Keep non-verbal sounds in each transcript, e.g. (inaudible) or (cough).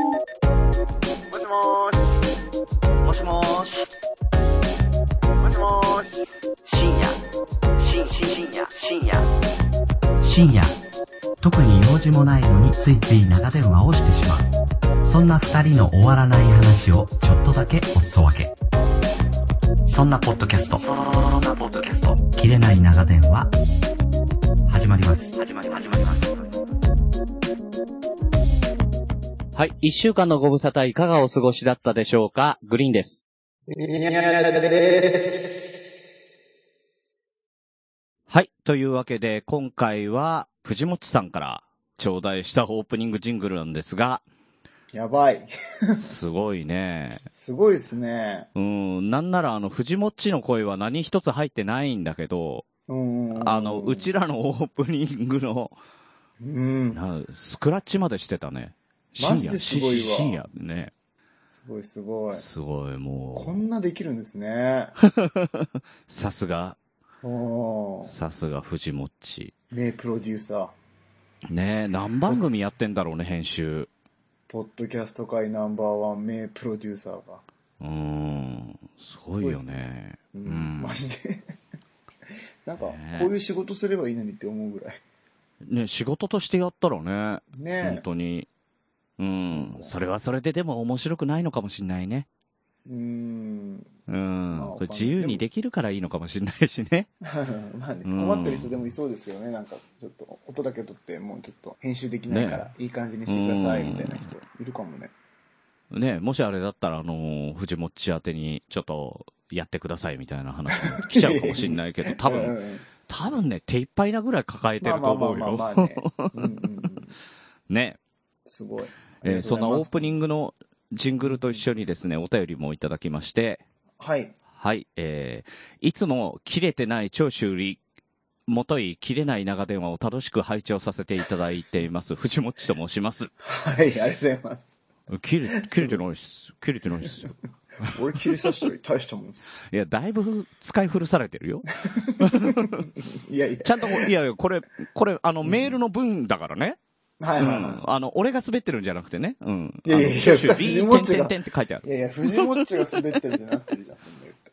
もしもーし。もしもーし。もしもーし。深夜。深深深夜。深夜。深夜。特に用事もないのについつい長電話をしてしまう。そんな二人の終わらない話をちょっとだけおすそ分け。そんなポッドキャスト。そんなポッドキャスト。切れない長電話。始まります。始まります。始まります。はい。一週間のご無沙汰いかがお過ごしだったでしょうかグリーンです。はい。というわけで、今回は藤本さんから頂戴したオープニングジングルなんです (laughs) が、やばい。すごいね。すごいですね。うん。なんならあの、藤本の声は何一つ入ってないんだけど、うんうん。あの、うちらのオープニングの、うん。なスクラッチまでしてたね。マジですごいわ深夜深夜ね。すごいすごい。すごい、もこう。んなできるんですね。 (laughs) さすが、おーさすが藤もっち。名プロデューサー。ねえ、何番組やってんだろうね、編集。ポッドキャスト界ナンバーワン名プロデューサーが。うーん、すごいよすごいっすね。ううんん。マジで。なんか、こねういう仕事すればいいのにって思うぐらい。ね仕事としてやったらね、本ね当に。うん、それはそれででも面白くないのかもしんないね。え。うん。うまあんわ、かんなこいれ自由にできるからいいのかもしんないしね。まあね、うん困ってる人でもいそうですけどね、なんか、ちょっと、音だけ取って、もうちょっと、編集できないから、ねいい感じにしてください、うんみたいな人、いるかもね。ねもしあれだったら、あのー藤もっち宛てに、ちょっと、やってくださいみたいな話も来ちゃうかもしんないけど、多うん分、うん多分ね、手いっぱいなぐらい抱えてまあるまとあま思あうまあまよ。あね。うんうんうんねすごい。 (laughs) えーそんなオープニグ。ングのジングルと一緒にですね、お便りもいただきまして、はい。はい、えー、いつも切れてない長州より、もとい切れない長電話を楽しく拝聴させていただいています。 (laughs) 藤もっちと申し (laughs) ます。はい、ありがとうございます。切れ、切れてないっす。切れてないっすよ。俺、切り刺したり大したもんです。いや、だいぶ使い古されてるよ。いやいちゃんと、いやいや、これ、これ、あの、メールの文だからね。や。はういはいんは。あの、俺が滑ってるんじゃなくてね。うん。いやいやいやあの長州藤 B、もっ点ちが々点って書いてあるい。。いやいや、藤もっちが滑ってるってなってるじゃん、そんな言って。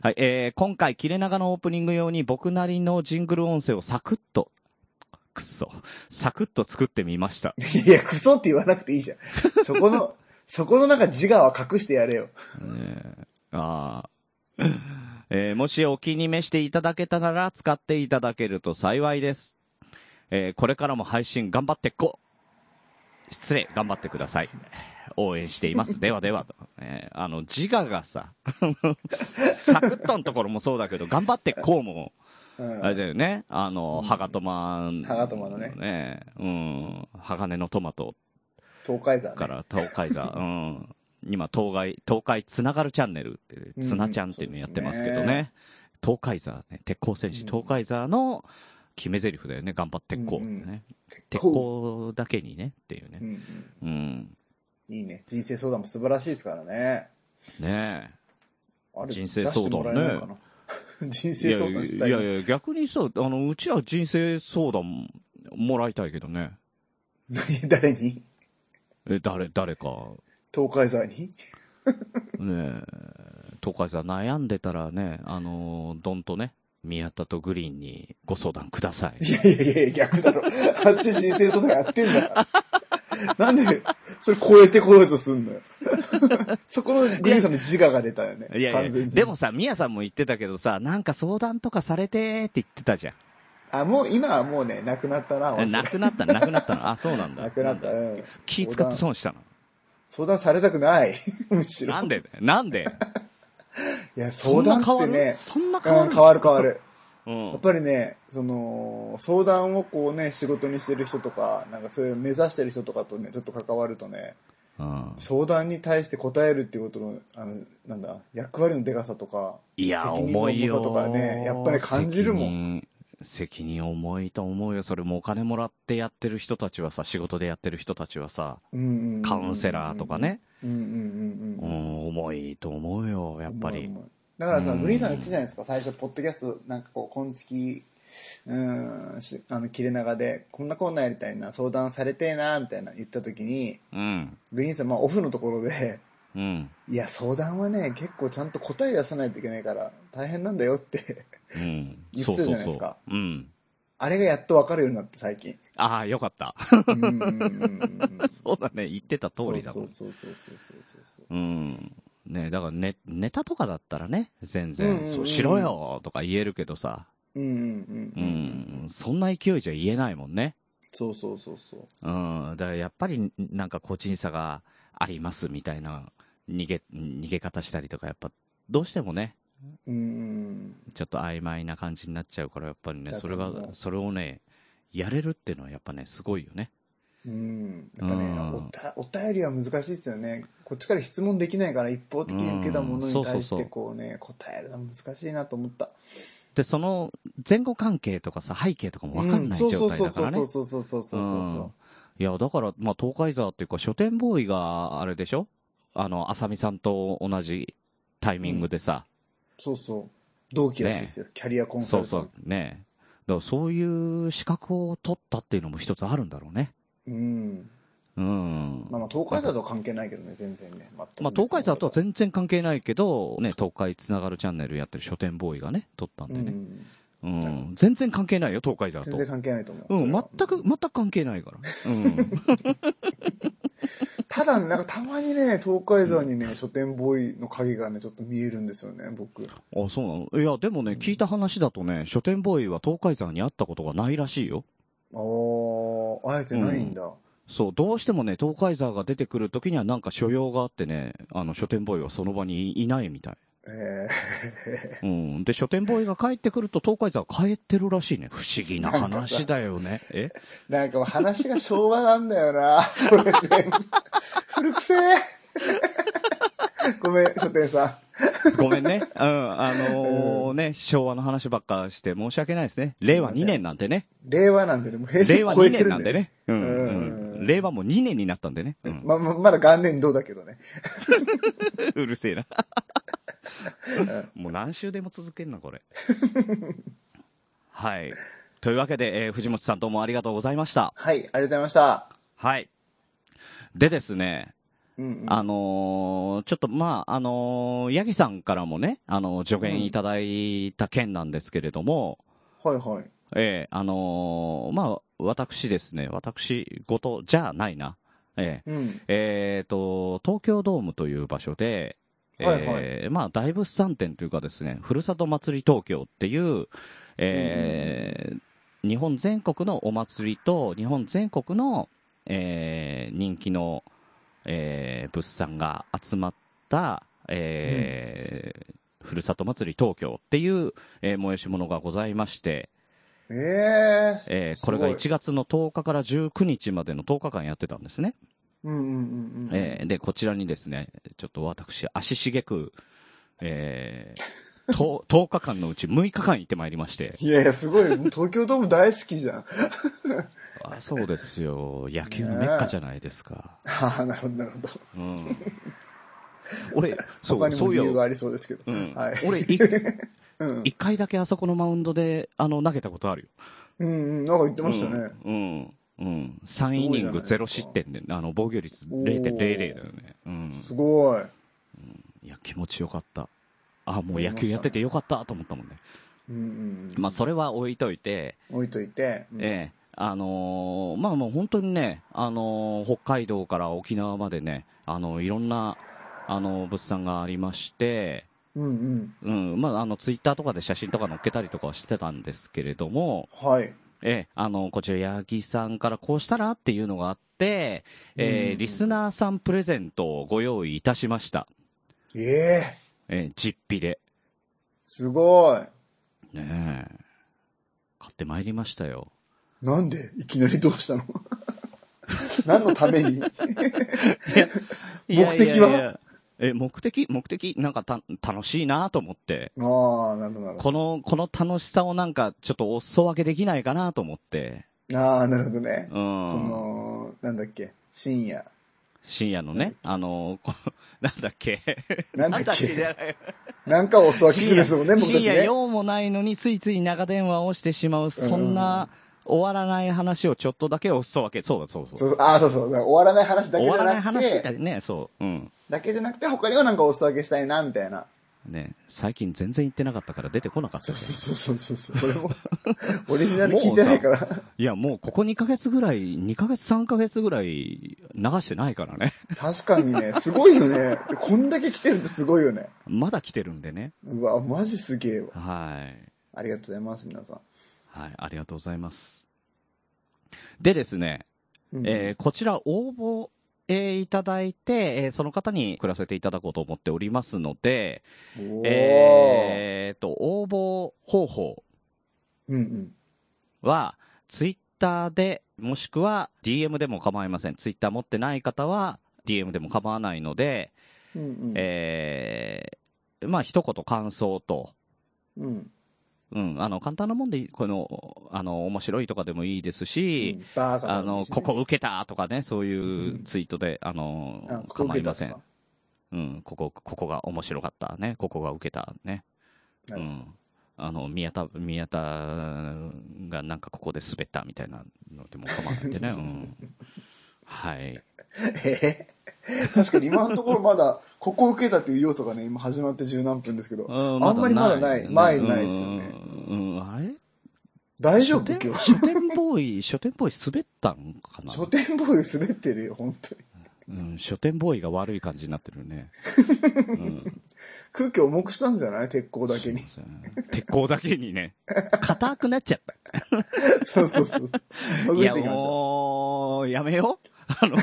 はい、えー、今回、切れ長のオープニング用に僕なりのジングル音声をサクッと、くっそ、サクッと作ってみました。いや、クソって言わなくていいじゃん。そこの、そこのなんか自我は隠してやれよ。あー (laughs) えーもしお気に召していただけたなら使っていただけると幸いです。えーこれからも配信頑張ってこ失礼、頑張ってくだ (laughs) さい。応援しています。ではでは、えーあの、自我が (laughs) さ、サクッとのところもそうだけど、頑張ってこうも、うん。あれだよね。あの、うんハガトマ、ハガトマのねね。うん。鋼のトマト東海山、ね。から東海 (laughs) 座。うん。今、東海、東海つながるチャンネルって、うんつなちゃんっていうのやってますけどそうですね。東海座ね。鉄鋼戦士、うん東海座の決め台詞だよね。頑張ってっこうってね。うんう鉄鋼だけにねっていううね。んうん。うん。いいね。人生相談も素晴らしいですからね。ねあれ、人生相談ね出してもらえないかな。 (laughs) 人え。い生や相い談したやい。いやいや、逆にそう、あの、うちは人生相談もらいたいけどね。何誰にえ、誰、誰か。東海山にねえ、東海さん悩んでたらね、あのーどんとね、宮田とグリーンにご相談ください。いやいやいやいや、逆だろ。 (laughs) あっち人生相談やってんだから。なんで、それ超えてこようとすんのよ。 (laughs) そこのグリーンさんの自我が出たよね。いや完いや、全に。でも、さ、宮さんも言ってたけどさ、なんか相談とかされてって言ってたじゃあ、もう今はもうね、なくなったな、ん。なくなった、なくなったの。あ、そうなんだ。なくなった。んだうん。気使って損したの。相談されたくない。 (laughs) むしろ。なんでなんでいや、相談そんな変わってるね、そんな変わうんる変わる変わる。うんやっぱりね、その、相談をこうね、仕事にしてる人とか、なんかそういう目指してる人とかとね、ちょっと関わるとね、うん。相談に対して答えるっていうことの、あの、なんだ、役割のでかさとか、いや、責任の重い重よ。さとかね、やっぱり感じるもん。ん。責任重いと思うよ。それもお金もらってやってる人たちはさ、仕事でやってる人たちはさ、うんうんカウンセラーとかね。。うんうんうん、重いと思うよ、やっぱり。重い重いだからさ、うんグリーンさんが言ってたじゃないですか、最初、ポッドキャスト、なんかこう、今月、うーん、しあの、切れ長で、こんなコーナーやりたいな、相談されてえな、みたいな言った時に、うん。グリーンさん、まあ、オフのところで、 (laughs) うん。いや、相談はね、結構ちゃんと答え出さないといけないから、大変なんだよって、うん。言ってたじゃないでそうそうすかそう。うん。あれがやっとわかるようになって、最近。ああ、よか (laughs) った。うんうんうんうん (laughs) うんそうだね。言ってた通りだもん。そうそうそうそうそうそうそう。うん。ねだからね、ネタとかだったらね、全然、うんうんうんそうしろよとか言えるけどさ、うんうんう、うんん。そんな勢いじゃ言えないもんね。そうそうそうそう。うん、だからやっぱりなんか個人差がありますみたいな逃げ、逃げ方したりとか、やっぱどうしてもね、うんうん。ちょっと曖昧な感じになっちゃうから、やっぱりね、だとそれが思、うそれをね、やれるっていうのはやっぱね、すごいよね。うん。やっぱね、うんおたお便りは難しいですよね。こっちから質問できないから一方的に受けたものうんに対しそうそうてそうこうね、答えるのは難しいなと思った。で、その前後関係とかさ、背景とかもわかんない状態だからねうん。そうそうそうそうそうそうそうそう。うんいや、だから、まあ、東海沢っていうか、書店ボーイが、あれでしょあの、浅見さんと同じタイミングでさ、そうそう。同期らしいですよ。キャリアコンサそルうタそントう、ねだからそういう資格を取ったっていうのも一つあるんだろうね。うん。うん。まあまあ、東海座とは関係ないけどね、全然ね。まあ、東海沢とは然全然関係ないけど、ね、東海つながるチャンネルやってる書店ボーイがね、取ったんでうね。うん。ん。はい全然関係ないよ、東海沢と全。然関係ないと思う。うそん、れは全く、全く関係ないから。うん。ただ、なんかたまにね、東海沢にね、書店ボーイの影がね、ちょっと見えるんですよね、僕。あ、そうなのいや、でもね、聞いた話だとね、書店ボーイは東海山に会ったことがないらしいよ。ああ、あえてないんだ。そう、どうしてもね、東海山が出てくる時にはなんか所用があってね、あの、書店ボーイはその場にいいないみたい。えうん。で、書店ボーイが帰ってくると東海山は帰ってるらしいね。不思議な話だよね。えー、なんか話が昭和なんだよな。これ全部。古くせえ。 (laughs) ごめん、書店さごめんね。うん、あのーね、昭和の話ばっかして申し訳ないですね。令和2年なんてね。ん。令和なんでね、もう平令成和超2えて年るなんんででね。ね。うんうんうん。令和も2年になったんでね。うんまあまあまだ元年度だけどね。 (laughs) うるせえな。もう何週でも続けんな、これ。はい。というわけで、えー藤本さんどうもありがとうございました。はい、ありがとうございました。はい。でですね、うん、うん。あのーちょっとまあ、あのーヤギさんからもね、あのー助言いただいた件なんですけれども、はいはい。えーあのーまあ、私ですね、私ごとじゃないな、えーうん。えー、と、東京ドームという場所で、はいはいえーまあ、大仏山展というかですね、ふるさと祭り東京っていう、えー日本全国のお祭りと、日本全国の、えー人気の、えー物産が集まった、えーふるさと祭り東京っていう、えー催し物がございまして、ええー。えーこれがすごい1月の10日から19日までの10日間やってたんですね。うんうんうんうん。えーで、こちらにですね、ちょっと私、足しげく、えー、と (laughs) 10, 日間のうち6日間行ってまいりまして。いやいや、すごい。東京ドーム大好きじゃん。あそうですよ。野球のメッカじゃないですか。ああ、なるほど、なるほど。うん。俺、そ他う、にそもう理由がよ。ありそうですけど。うん。はい俺、 (laughs) いうんうん。一回だけあそこのマウンドで、あの、投げたことあるよ。うんうん、なんか言ってましたね。うん。うん。うん、3イニングすごいじゃないです0か失点で、あの、防御率0.00だよね。うん。すごい。いや、気持ちよかった。あ、もう野球やっててよかったと思ったもんね。うんうんうん。まあ、それは置いといて、置いといて。うんええあのーまあもう本当にね、あのー北海道から沖縄までね、あのいろんな、あの物産がありまして、うんうん。うん、まあ、あの、ツイッターとかで写真とか載っけたりとかはしてたんですけれども、はい。ええあの、こちら、八木さんからこうしたらっていうのがあって、うんえうえんリスナーさんプレゼントをご用意いたしました。ええええ実費で。すごい。ねえ。買ってまいりましたよ。なんでいきなりどうしたの (laughs) 何のために (laughs) 目的はいやいやいやえ、目的目的なんかた、楽しいなと思って。ああ、なるほど、なるほこの、この楽しさをなんか、ちょっとお裾分けできないかなと思って。ど。ああ、なるほどねう。ん。その、なんだっけ、深夜、深夜のね、あの、こ (laughs) なんだっけ。なんだっじけゃない。 (laughs) なんかお裾分けしてですもんね、深昔夜ね。用もないのについつい長電話をしてしまう、そんな終わらない話をちょっとだけお裾分け。そうだ、そうそう。そうそう、ああ、そうそう。終わらない話だ終けじわゃらないなく話て、だね、そう。うん。だけじゃなくて、他にもなんかお裾分けしたいな、みたいな。ね、最近全然行ってなかったから出てこなかったそうよね。そうそうそう。そう俺も、オリジナル聞いてないから。いや、もうここ2ヶ月ぐらい、2ヶ月3ヶ月ぐらい流してないからね。 (laughs) 確かにね、すごいよね。でこんだけ来てるってすごいよね。まだ来てるんでね。うわ、マジすげえわ。はい。ありがとうございます、皆さん。はい、ありがとうございます。でですね、うんえーこちら応募、えーいただいて、えーその方に送らせていただこうと思っておりますので、おーえーと、応募方法うんうん。は、ツイッターで、もしくは DM でも構いません。ツイッター持ってない方は、DM でも構わないので、うんうん。えーまあ、一言感想と、うん。うん、あの、簡単なもんでいい、この、あの、面白いとかでもいいですし、うんバーガーあの、ここ受けたとかね、そういうツイートで、ああの、ここ構受いけたまとせんか。。うん、ここ、ここが面白かったね、ここが受けたね。なうるほどん。あの、宮田、宮田がなんかここで滑ったみたいなのでも構わないん (laughs) でね、うん。はい。えー (laughs) 確かに今のところまだ、ここ受けたっていう要素がね、今始まって十何分ですけど、うあんまりまだない前にないですよねうん、うんあれ大丈書夫店今日。書店ボーイ、 (laughs) 書店ボーイ滑ったんかな書店ボーイ滑ってるよ、本当に。うん、書店ボーイが悪い感じになってる (laughs) ね。うん、空気重くしたんじゃない鉄鋼だけに。そうですね鉄鋼だけにね、硬くなっちゃった。そうそうそう。ほいぐや、していきましょもう、やめよう。 (laughs) あの、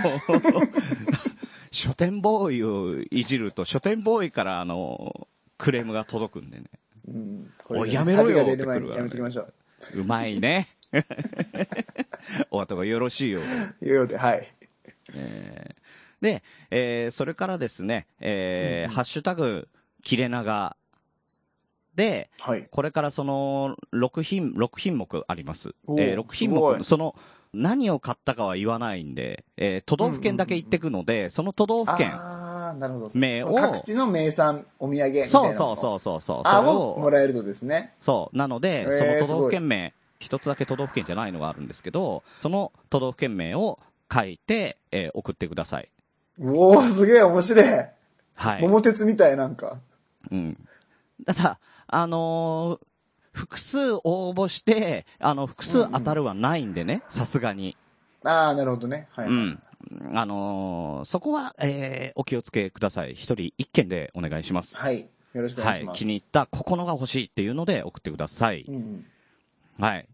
書店ボーイをいじると、書店ボーイから、あの、クレームが届くんでね。う。うん。おいねやめろよサビが出る前にってくるわねやめときましょう。うまい (laughs) ね。お後がよろしいようで。いうようで、はい。えーで、えーそれからですね、えーうんうんハッシュタグ、切れ長で、はい。これからその、6品、6品目あります。おーえ6品すご目、いその、何を買ったかは言わないんで、えー都道府県だけ行ってくので、その都道府県、あー、なるほど。名をその各地の名産、お土産みたいな。そうそうそううそうそう、そあれをもを、らえるとですね。そう、なのでえ、ーその都道府県名、一つだけ都道府県じゃないのがあるんですけど、その都道府県名を書いて、えー送ってください。うおー、すげえ面白い。はい。桃鉄みたいなんか。うん。ただ、あのー複数応募して、あの、複数当たるはないんでね、さすがに。あー、なるほどね。はい。うん。あのーそこは、えーお気をつけください。一人一件でお願いします。はい。よろしくお願いします。気に入った、ここのが欲しいっていうので送ってください。うんうん。はい。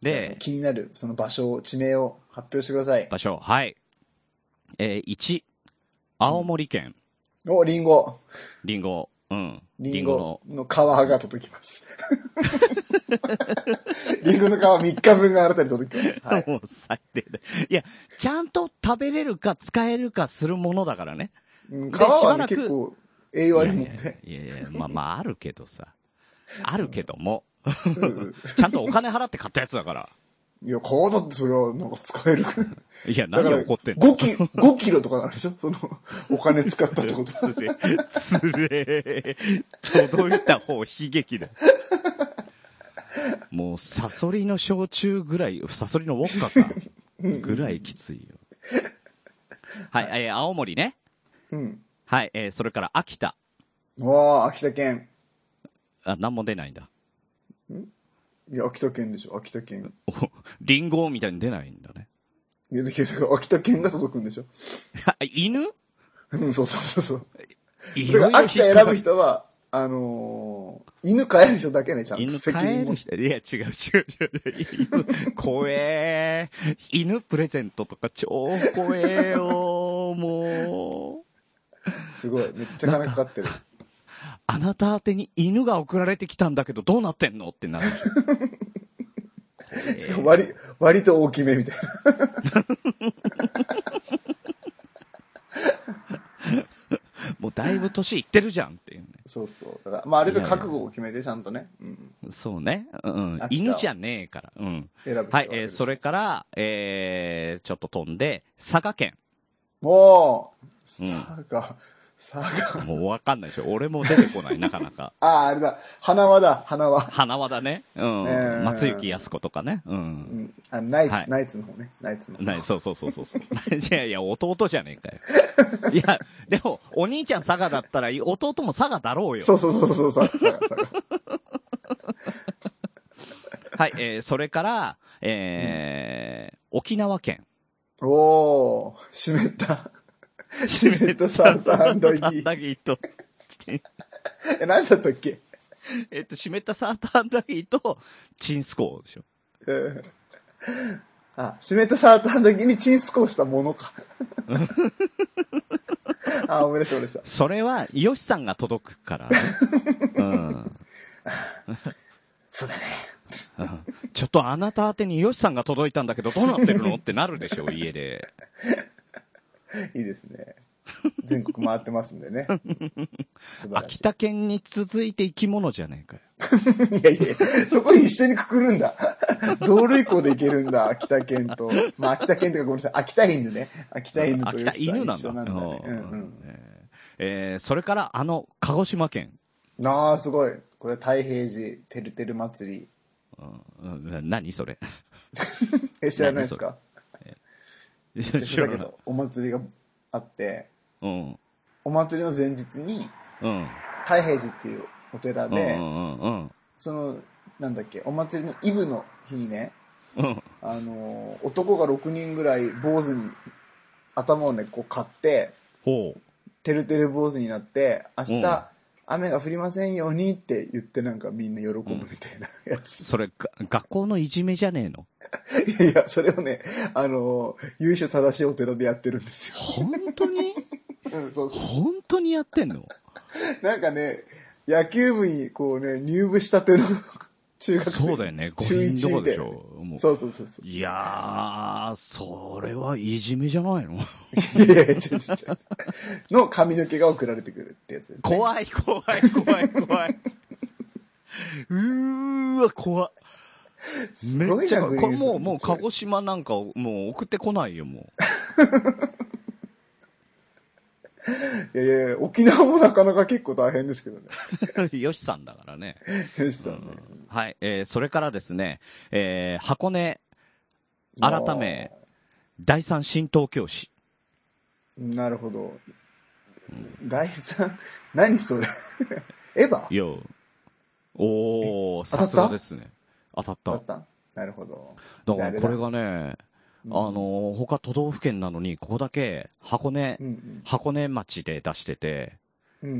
で、気になる、その場所を、地名を発表してください。場所、はい。えー、1、青森県、お、リンゴ。りんご、うん。リりンんごのゴの皮が届きます。 (laughs) リンゴの皮3日分が新たに届きます。はい。もう最低だ。いや、ちゃんと食べれるか使えるかするものだからね。うん皮でしばはねらく結構栄養あるもんいね。やいやいやいやまあまああるけどさ。あるけども、うん (laughs) うんちゃんとお金払って買ったやつだから。いや、皮だってそれはなんか使える。いや、だ (laughs) 何から怒ってんの5キロ、5キロとかなんでしょその、お金使ったってこと。つれ、つれ、届いた方悲劇だ。もう、サソリの焼酎ぐらい、サソリのウォッカか。ぐらいきついよ。はい、えー青森ね。うん。はい、えーそれから秋田。わあ、秋田県。あ、何も出ないんだ。いや、秋田県でしょ秋田県。おリンゴみたいに出ないんだね。いや、だけど秋田県が届くんでしょあ犬うん、そうそうそうそう。いだろいからろ秋田選ぶ人は、あのー、犬飼える人だけね、ちゃんと犬責飼え任るも。人、いや、違う違う違う。犬、怖えー。犬プレゼントとか超怖えよー、もう。すごい、めっちゃ金かかってる。あなた宛てに犬が送られてきたんだけど、どうなってんのってなる。しかも割、割と大きめみたいな。もうだいぶ年いってるじゃんっていうね。 (laughs) そうそう。だから、まあ、あれと覚悟を決めて、ちゃんとね。うん。そうね。うん。秋田犬じゃねえから。うん。選ぶ人はい、えーそれ。から、えー、ちょっと飛んで、佐賀県。もう、うん佐賀、佐賀。もうわかんないでしょ。俺も出てこない、なかなか。ああ、あれだ、花輪だ、花輪。花輪だね。うん。えー松雪康子とかね。う。うんん、あナイツ、はいナイツの方ね、ナイツの方。ない、そうそうそうそうそう。 (laughs) いやいや、弟じゃねえ (laughs) かよ。いや、でも、お兄ちゃん佐賀だったら、弟も佐賀だろうよ。そうそうそうそう、佐賀、佐賀。はい、えー、それから、えー沖縄県。おー、湿った。湿ったサーターアンダギー。ダギーと、 (laughs) チンえ、なんだったっけえっと、湿ったサーターアンダギーと、チンスコーでしょ。うん (laughs) あ、湿ったサーターアンダギーにチンスコーしたもの (laughs) か。あ、思い出した思い出した。それは、ヨシさんが届く (laughs) から、ね。うん。そうだね。うんちょっとあなた宛てにヨシさんが届いたんだけど、どうなってるのってなるでしょ、家で。いいですね。全国回ってますんでね。素晴らし秋田県に続いて生き物じゃねえかよ。い。いやいや、そこ一緒にくくるんだ。道路以降で行けるんだ、秋田県と。まあ、秋田県というかごめんなさい、秋田犬ね。秋田犬と秋吉田田犬なん一だ。緒なんだね。うんうん。えーえーそれから、あの、鹿児島県。ああ、すごい。これ太平寺、てるてる祭り。うんうん、何それ。え、知らないですかめっちゃだけど、お祭りがあって、うん。お祭りの前日に、うん。太平寺っていうお寺で、うんうんうんその、なんだっけ、お祭りのイブの日にね、うん。うん。あのー男が6人ぐらい坊主に、頭をね、こう買って、ほう。てるてる坊主になって、明日、うん雨が降りませんようにって言ってなんかみんな喜ぶみたいなやつ。それ、が学校のいじめじゃねえのいや、それをね、あのー、由緒正しいお寺でやってるんですよ。本当にうん、そうそう。本当にやってんのなんかね、野球部にこうね、入部したての (laughs) 中学生。そうだよね。中5人1とみかたでしいなょ。もうそうそうそうそいやー、それはいじめじゃないのう。いやいや、ちょちょちょ。の髪の毛が送られてくるってやつです、ね。い。怖い、怖い、怖い、怖い。うーわ、怖っごいなめっちゃ怖い。グリこーンさんれもう、もう、鹿児島なんか、もう送ってこないよ、もう。いやいやいや、沖縄もなかなか結構大変ですけどね。 (laughs) よしさんだからね。編集さんね。はい。えー、それからですね、えー、箱根、改め、第三新東京市。もう。なるほど。第三、何それエヴァよおー、当さたったすがですね。当たっだたっ。たなるほど。だじゃあかあらこれだれがね、うあんの、ー、他都道府県なのに、ここだけ、箱根う、ん箱根町で出してて、うん。うん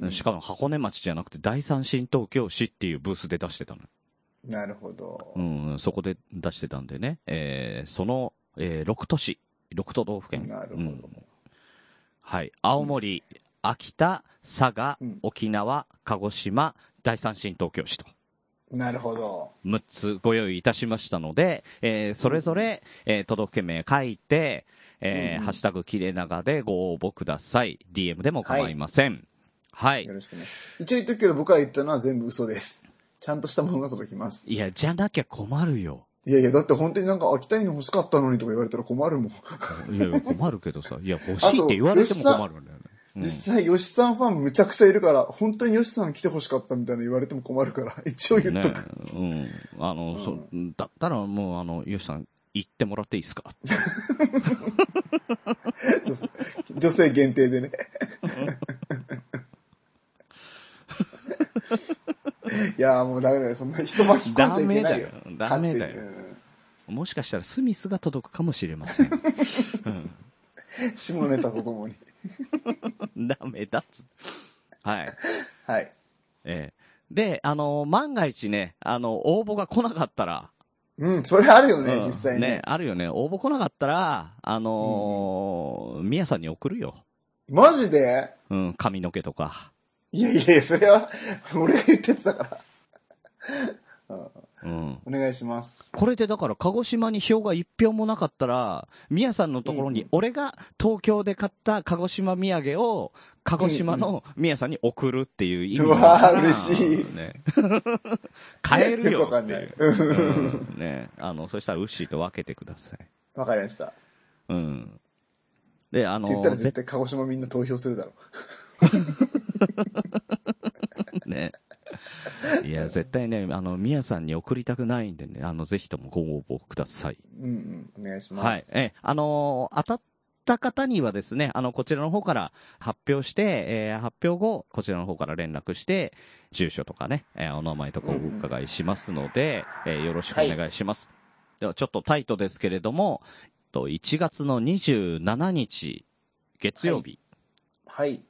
うんうん。しかも箱根町じゃなくて第三新東京市っていうブースで出してたの。なるほどう。ん、そこで出してたんでね。えー、その、えー、6都市、6都道府県。なるほうどんはい。青森、秋田、佐賀うん、沖縄、鹿児島、第三新東京市と。なるほど。 6つご用意いたしましたので、えーそれぞれ、えー、都道府県名書いて、えーうんうんハッシュタグ切れ長でご応募ください。DM でも構いません。はい。よい、ろしくね。一応言っとくけど、僕が言ったのは全部嘘です。ちゃんとしたものが届きます。や、じゃなきゃ困るよ。いやいや、だって本当になんか秋田犬欲しかったのにとか言われたら困るもん。いやいや、困るけどさ。いや、欲しいって言われても困るんだよね。うん実際、吉さんファンむちゃくちゃいるから、本当に吉さん来て欲しかったみたいな言われても困るから、 (laughs) 一応言っとく。ねうん。あの、うんそ、だったらもう、あの、よしさん、行ってもらっていいですかそうそう女性限定でね。 (laughs) いやーもうダメだよ。そんな人巻き込んじゃいけないよ。ダメだよダメだよ勝手にもしかしたらスミスが届くかもしれません。うんうん下ネタとと (laughs) もに。ダメだっつ。はい。はい。ええで、あの、万が一ね、あの、応募が来なかったら、うん、それあるよね、うん実際ね。あるよね。応募来なかったら、あのー、み、や、さんに送るよ。マジでうん、髪の毛とか。いやいやいや、それは、俺が言ってたから。うんうん。お願いします。これでだから、鹿児島に票が一票もなかったら、みやさんのところうんうにん、俺が東京で買った鹿児島土産を、鹿児島のみやさんに送るっていう意味うだわからー嬉しいね。 (laughs) 買えるよくわかっんて。。ないいううんうんね。あの、そしたら、ウッシーと分けてください。わかりました。うん。で、あのって言ったらー、絶対鹿児島みんな投票するだろね。いや、絶対ね、あの、みやさんに送りたくないんでね、あの、ぜひともご応募ください。う。うんうん。お願いしはまい。す。え、あのー当たった方にはですね、あの、こちらの方から発表して、えー発表後、こちらの方から連絡して、住所とかね、えーお名前とかお伺いしますので、えーよろしくお願いします。では、ちょっとタイトですけれども、と1月の27日、月曜日、はい。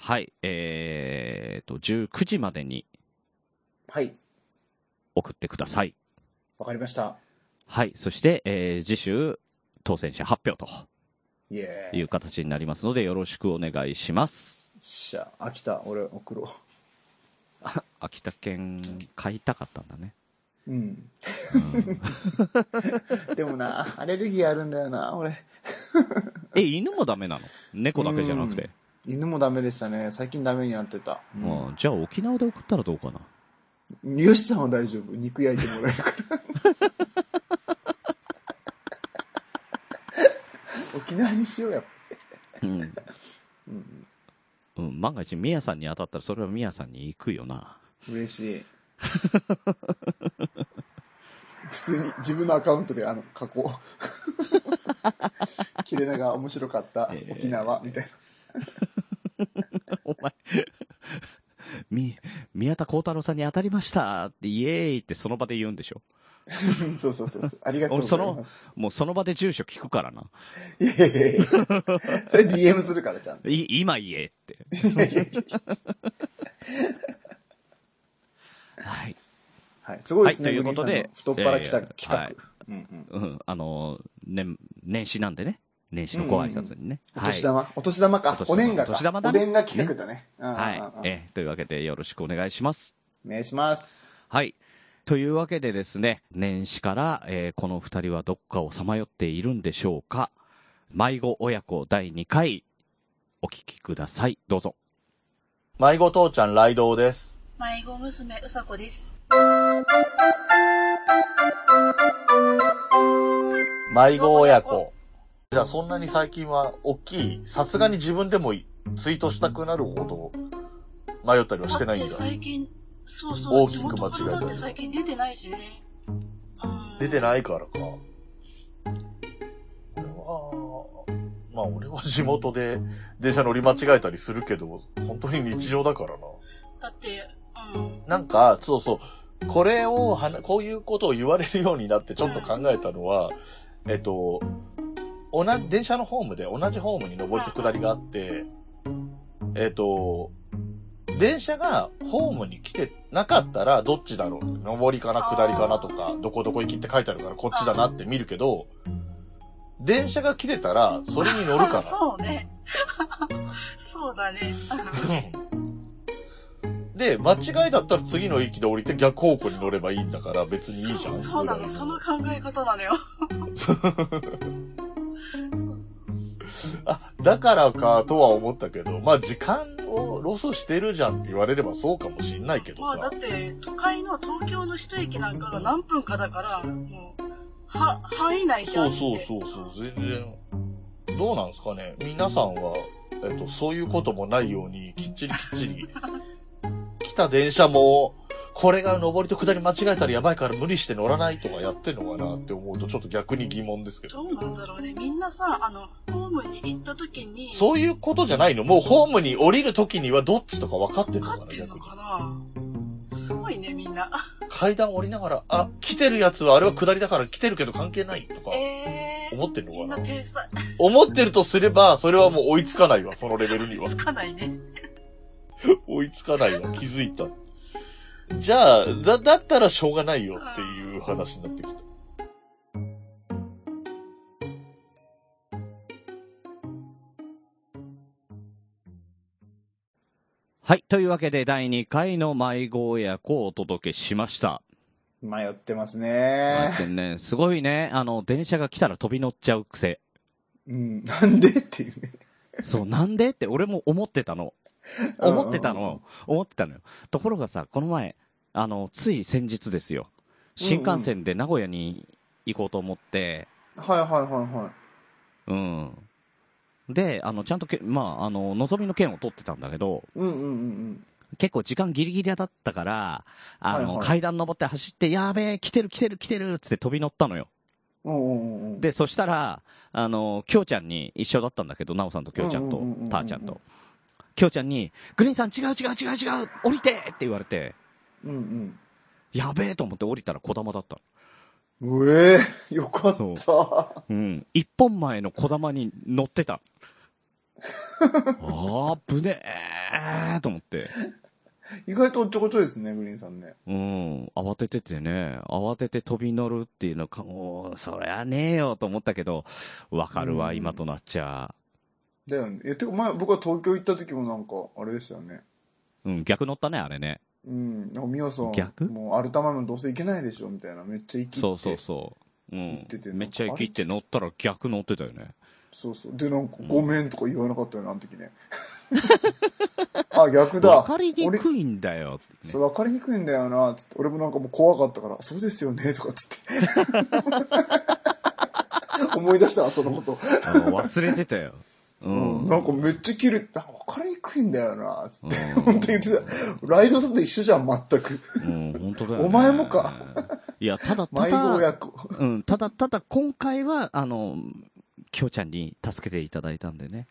はい、えーと、19時までにはい。送ってください。わかりました。はい。そして、えー次週、当選者発表とイエーイ。いよう形になりますので、よろしくお願いします。っしゃ。飽きた。俺、送ろ (laughs) 秋田県買いたかったんだね。う。うん。うん、 (laughs) でもな、アレルギーあるんだよな、俺。え、犬もダメなの猫だけじゃなくて。犬もダメでしたね。最近ダメになってた。うん、じゃあ沖縄で送ったらどうかな。うん。よしさんは大丈夫。肉焼いてもらえるから。 (laughs) 沖縄にしようや。うん。うん。うん、万が一、ミヤさんに当たったら、それはミヤさんに行くよな。嬉しい。普通に自分のアカウントであの加工。 (laughs) 切れ長面白かったえー沖縄みたいな。お前、み、宮田幸太郎さんに当たりましたって、イエーイってその場で言うんでしょ。 (laughs) そうそうそうそう。ありがとうございます。もうその場で住所聞くからな。いやいやいやそれ DM するからちゃんと。い、今言えって。いやいやいやはい。はい、すごいです (laughs) ね。はいということでグリーンさんの太っ腹来えーたはい企画。うんうんうん、あの、年、年始なんでね。年始のご挨拶にね。おはい年。玉、お年玉おか年。玉お年賀お年玉か。だおね年賀企画だね。うんうんうんはい。えーというわけでよろしくお願いします。お願いします。はい。というわけでですね、年始から、えーこの二人はどっかをさまよっているんでしょうか迷子親子第2回、お聞きください。どうぞ。迷子父ちゃん雷道です。迷子娘うさこです。迷子親子。じゃあそんなに最近は大きい、さすがに自分でもツイートしたくなるほど迷ったりはしてないんだっだて。最近、そうそう、大き地く元から間違えただって最近出てないしね。うん出てないからか。これは、まあ俺は地元で電車乗り間違えたりするけど、本当に日常だからな。だって、うん。なんか、そうそう、これをはな、こういうことを言われるようになってちょっと考えたのは、えっと、同じ、電車のホームで同じホームに上りと下りがあって、えっと、電車がホームに来てなかったらどっちだろう上りかな下りかなとか、どこどこ行きって書いてあるからこっちだなって見るけど、電車が来てたらそれに乗る (laughs) から。そうね。そうだね。で、間違いだったら次の駅で降りて逆方向に乗ればいいんだから別にいいじゃん。そうそうなの、その考え方な (laughs) のよ。そうそう。あ、だからかとは思ったけど、まあ時間をロスしてるじゃんって言われればそうかもしんないけどまあさだっ。て、都会の東京の一駅なんかが何分かだから、もう、は、範囲内じゃそんっうて。そうそうそう、全然。どうなんですかね皆さんは、えっと、そういうこともないように、きっちりきっちり。来た電車も、これが上りと下り間違えたらやばいから無理して乗らないとかやってんのかなって思うとちょっと逆に疑問ですけど。どうなんだろうね。みんなさ、あの、ホームに行った時に、そういうことじゃないのもうホームに降りるときにはどっちとか分かってるのか勝なってんの逆に。かなすごいね、みんな。階段降りながら、あ、来てるやつはあれは下りだから来てるけど関係ないとか、えー、思ってるみのんかなな天才。思ってるとすれば、それはもう追いつかないわ、そのレベルにはつ。かないね。追いつかないわ、気づいた。じゃあ、だ、だったらしょうがないよっていう話になってきた。はい。というわけで第2回の迷子親子をお届けしました。迷ってますまねあ。でもね、すごいね、あの、電車が来たら飛び乗っちゃう癖。うん。なんでっていうね。そう、なんでって俺も思ってたの。 (laughs) 思ってたの。思ってたのよ。ところがさ、この前、あの、つい先日ですよ。新幹線で名古屋に行こうと思って、はいはいはいはい。うん、で、あの、ちゃんとけ、まあ、あの、望みの券を取ってたんだけど、うんうんうん結構時間ギリギリだったから、あの、はいはい階段登って走って、やべえ、来てる来てる来てるっつって飛び乗ったのよ。うん。おうおうおう、で、そしたら、あの、きょうちゃんに一緒だったんだけど、なおさんときょうちゃんとうんうんうんうんうん、たーちゃんと。きょうちゃんに、グリーンさん違う違う違う違う降りてって言われて、うんやべえと思って降りたら小玉だったの。うん。うえー、よかった。うん。一本前の小玉に乗ってた。 (laughs) あーぶねえと思って。意外とおっちょこちょいですね、グリーンさんね。うん。慌てててね、慌てて飛び乗るっていうのか、もう、そりゃねえよと思ったけど、わかるわ、うん今となっちゃ。だよね。え、てか前僕は東京行った時もなんか、あれでしたよね。うん、逆乗ったね、あれね。うん。なんかミオさん、逆もうアルタマムどうせ行けないでしょ、みたいな。めっちゃ行きって。そうそうそう。う行っんてて。めっちゃ行きって乗ったら逆乗ってたよね。そうそう。で、なんかうん、ごめんとか言わなかったよね、あの時ね。あ、逆だ。わかりにくいんだよ。ねそう、わかりにくいんだよな、つって。俺もなんかもう怖かったから、そうですよね、とかつ (laughs) って。思い出したわ、そのこと。あの忘れてたよ。う。うんん。なんかめっちゃ切る。なんかわかりにくいんだよな、 (laughs) つって。うん本当言ってた。ライドさんと一緒じゃん、全く。うん、本当だよ、ね。お前もか。いや、ただた迷子だ、役を。うん、ただただ今回は、あの、きょうちゃんに助けていただいたんでね。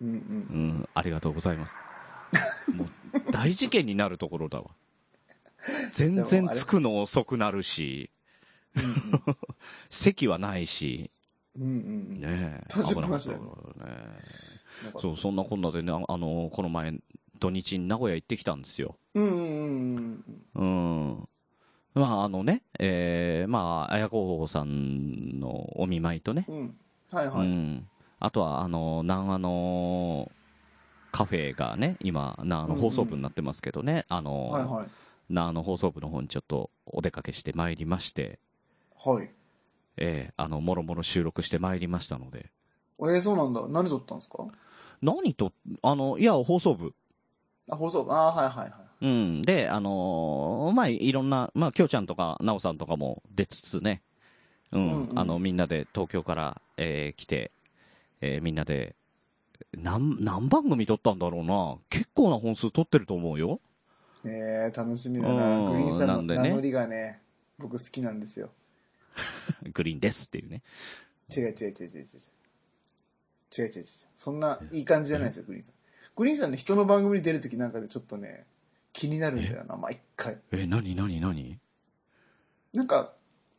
うんう。うんん、ありがとうございます。もう、大事件になるところだわ。全然着くの遅くなるし、席はないし、うんうん。ねえ。立ちっぱなしだよ危なかったねからね。なんかそう、そんなこんなでね、ああの、この前、土日に名古屋行ってきたんですよ。うんうんうんうん。まあ、あのね、えー、まあ、綾候補さんのお見舞いとね、うん。うん。はいうはい。ん。あとは、あの、南あの、カフェがね、今、南あのうんうん放送部になってますけどね、あの、はいはい。南あの放送部の方にちょっとお出かけしてまいりまして、はい。えー、あの、もろもろ収録してまいりましたので、えー、そうなんだ。何撮ったんですか何と、あの、いや、放送部、あ、放送部。あーはいはいはい。うん。で、あのーまあ、いろんな、まあ、きょうちゃんとか、なおさんとかも出つつね、うん、うんうんあの、みんなで東京から、えー来て、えーみんなで、なん、何番組撮ったんだろうな。結構な本数撮ってると思うよ。えー、楽しみだうな。んグリーンさなんんでのね名乗りがね、僕好きなんですよ。グリーンですっていうね。違う違う違う違う違う。違う違う違う。そんないい感じじゃないですよ、グリーンさん。グリーンさんね、人の番組に出るときなんかでちょっとね、気になるんだよな、毎回。え、なになになになんか、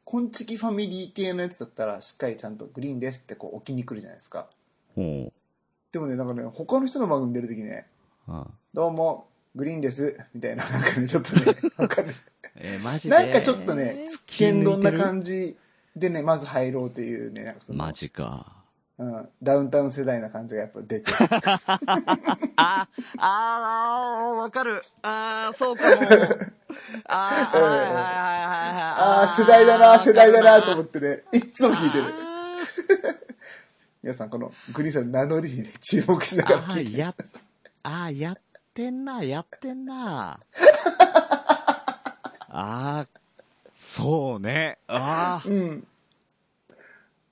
こんちきファミリー系のやつだったら、しっかりちゃんとグリーンですってこう置きに来るじゃないですか。おうでもね、なんかね、他の人の番組出るときね、あどうも、グリーンです、みたいな、なんかね、ちょっと (laughs) ね、わかる。えーマジで。なんかちょっとね、つっけんどんなじ。感じでね、まず入ろうっていうね、なんかその、マジか。うん、ダウンタウン世代な感じがやっぱ出てる。あ、あー、わかる。あー、そう (laughs) かも。あー、はいはいはいはいああ、はい。世代だな、世代だなと思っってね、いっつも聞いてる。皆さん、このグリーンさんの名乗りにね、注目しながらあ聞いー、てるや。、あー、やってんな、やってん (laughs) な。あー、そうね。あー。うん。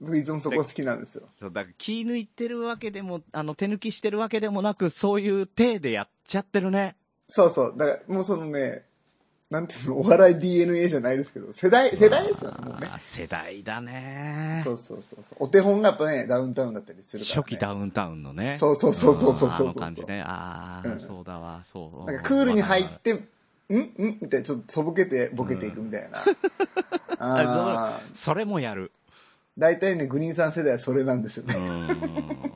僕いつもそこ好きなんですよ。そう、だから気抜いてるわけでも、あの、手抜きしてるわけでもなく、そういう体でやっちゃってるね。そうそう。だから、もうそのね、なんていうの、お笑い DNA じゃないですけど、世代、世代ですよね、もうねあ。ー世代だね。そうそうそうそう。お手本がやっぱね、ダウンタウンだったりするから、ね。初期ダウンタウンのね。そうそうそうそうそうそうあの感じね。ああ、うんそうだわ、そう。なんかクールに入って、んんみたいな、ちょっととぼけて、ボケていくみた (laughs) いな。ああー、それもやる。大体ね、グリーンさん世代はそれなんですようね。ん。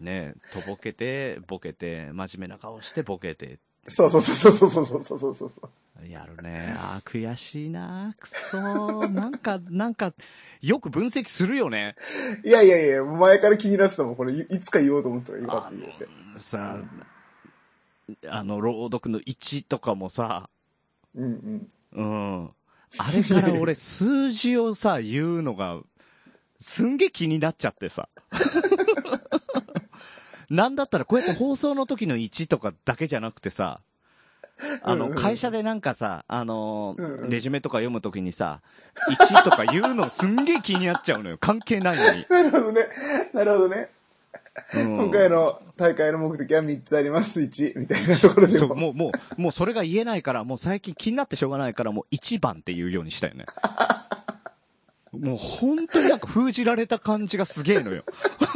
(laughs) ねとぼけて、ボケて、真面目な顔して、ボケて。そうそうそうそうそうそうそうそうそうそう。やるね。あー悔しいな。くそー。なんか、なんか、よく分析するよね。いやいやいや、前から気になってたもん、これ、いいつか言おうと思ったから、よかった言おうて。さあ、あの、朗読の1とかもさ、うんうん。うん。あれから俺、数字をさ、言うのが、すんげえ気になっちゃって (laughs) さ。なんだったら、こうやって放送の時の1とかだけじゃなくてさ、あうんの、うん会社でなんかさ、あのーうんうんレジュメとか読むときにさ、1とか言うのすんげえ気になっちゃうのよ。関係ないのに。なるほどね。なるほどね。うん今回の大会の目的は3つあります、1、みたいなところでそうも。もう、もう、もうそれが言えないから、もう最近気になってしょうがないから、もう一番っていうように (laughs) したよね。もう本当になんか封じられた感じがすげえのよ。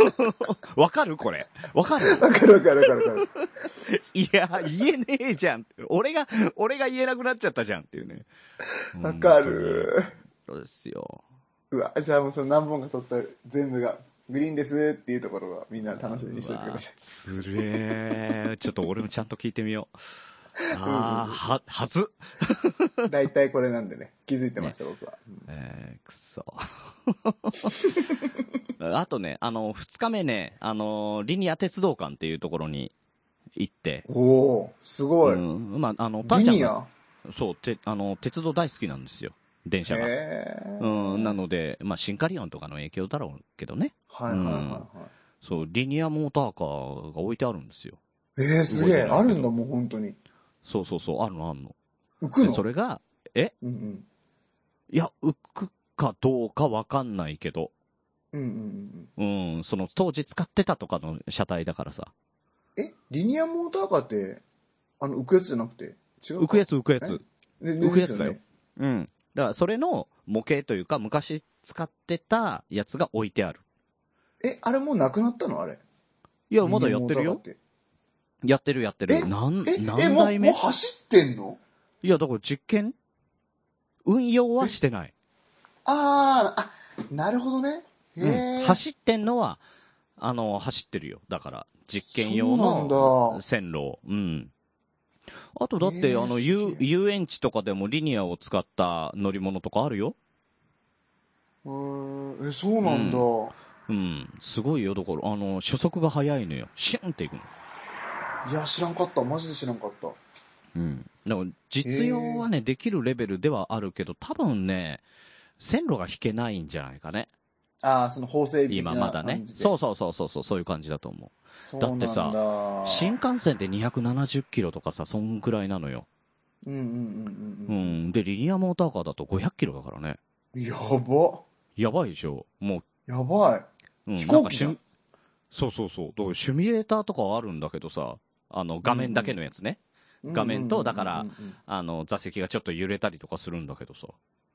(laughs) わかるこれ。わかるわかるわかるわかるわかる。いや、言えねえじゃん。俺が、俺が言えなくなっちゃったじゃんっていうね。 (laughs) わか。る。そうですよ。うわ、じゃあもうその何本か取った全部が、グリーンですっていうところはみんな楽しみにしておいてください。うわつれー。ちょっと俺もちゃんと聞いてみよ (laughs) う。ああ、は、はず。大体これなんでね、気づいてました、僕は。えー、くそ。 (laughs) あとね、あの、二日目ね、あの、リニア鉄道館っていうところに行って、おおすごい。うん、まあ、あの、たーリちゃんニが、アそう、て、あの、鉄道大好きなんですよ。電車が。へえ。うん、なので、まあ、シンカリオンとかの影響だろうけどね。はいはいはいはそう、リニアモーターカーが置いてあるんですよ。い。えー、すげえ。あるんだ、もう本当に。そうそうそう、あるのあるの。浮くで、のそれが、えうんうん。いや、浮くかどうかわかんないけど、うんうんうんうん、その当時使ってたとかの車体だからさ。うん。え、リニアモーターカーって、あの、浮くやつじゃなくて違う浮くやつ。つ浮くやつ。で浮くやつだよですよねうん。だから、それの模型というか、昔使ってたやつが置いてある。え、あれもうなくなったのあれ。いや、まだやってるよ。リニやってるやってえる。なん、アモーターカーってえ、え、何もう、代もう目走ってんのいや、だから実験運用はしてない。あー、あ、なるほどね。へうえん。。走ってんのは、あの、走ってるよ。だから、実験用そうなんのだ線路。うん。あと、だって、えーあの、遊す、げえ遊園地とかでもリニアを使った乗り物とかあるよ。うーんえ、そうなんだ。うん。すごいよ。だから、あの、初速が速いのよ。シュンっていくの。いや、知らんかった。マジで知らんかった。うん。でも、実用はね、できるレベルではあるけど、多分ね、線路が引けないんじゃないかね。ああ、その法整備的今なまだね感。じでそうそうそうそうそう、そういう感じだと思う。そうだってさなんだ新幹線で270キロとかさ、そんくらいなのよ。うんうんううんうんん。で、リニアモーターカーだと500キロだからね。うん。やば。やばいでしょ。もやばい。う、うん、飛行機なじゃんんかシュそうそうそう。だからシュミュレーターとかはあるんだけどさ、あの、画面だけのやつね。画面とだからあの、座席がちょっと揺れたりとかするんだけどさ。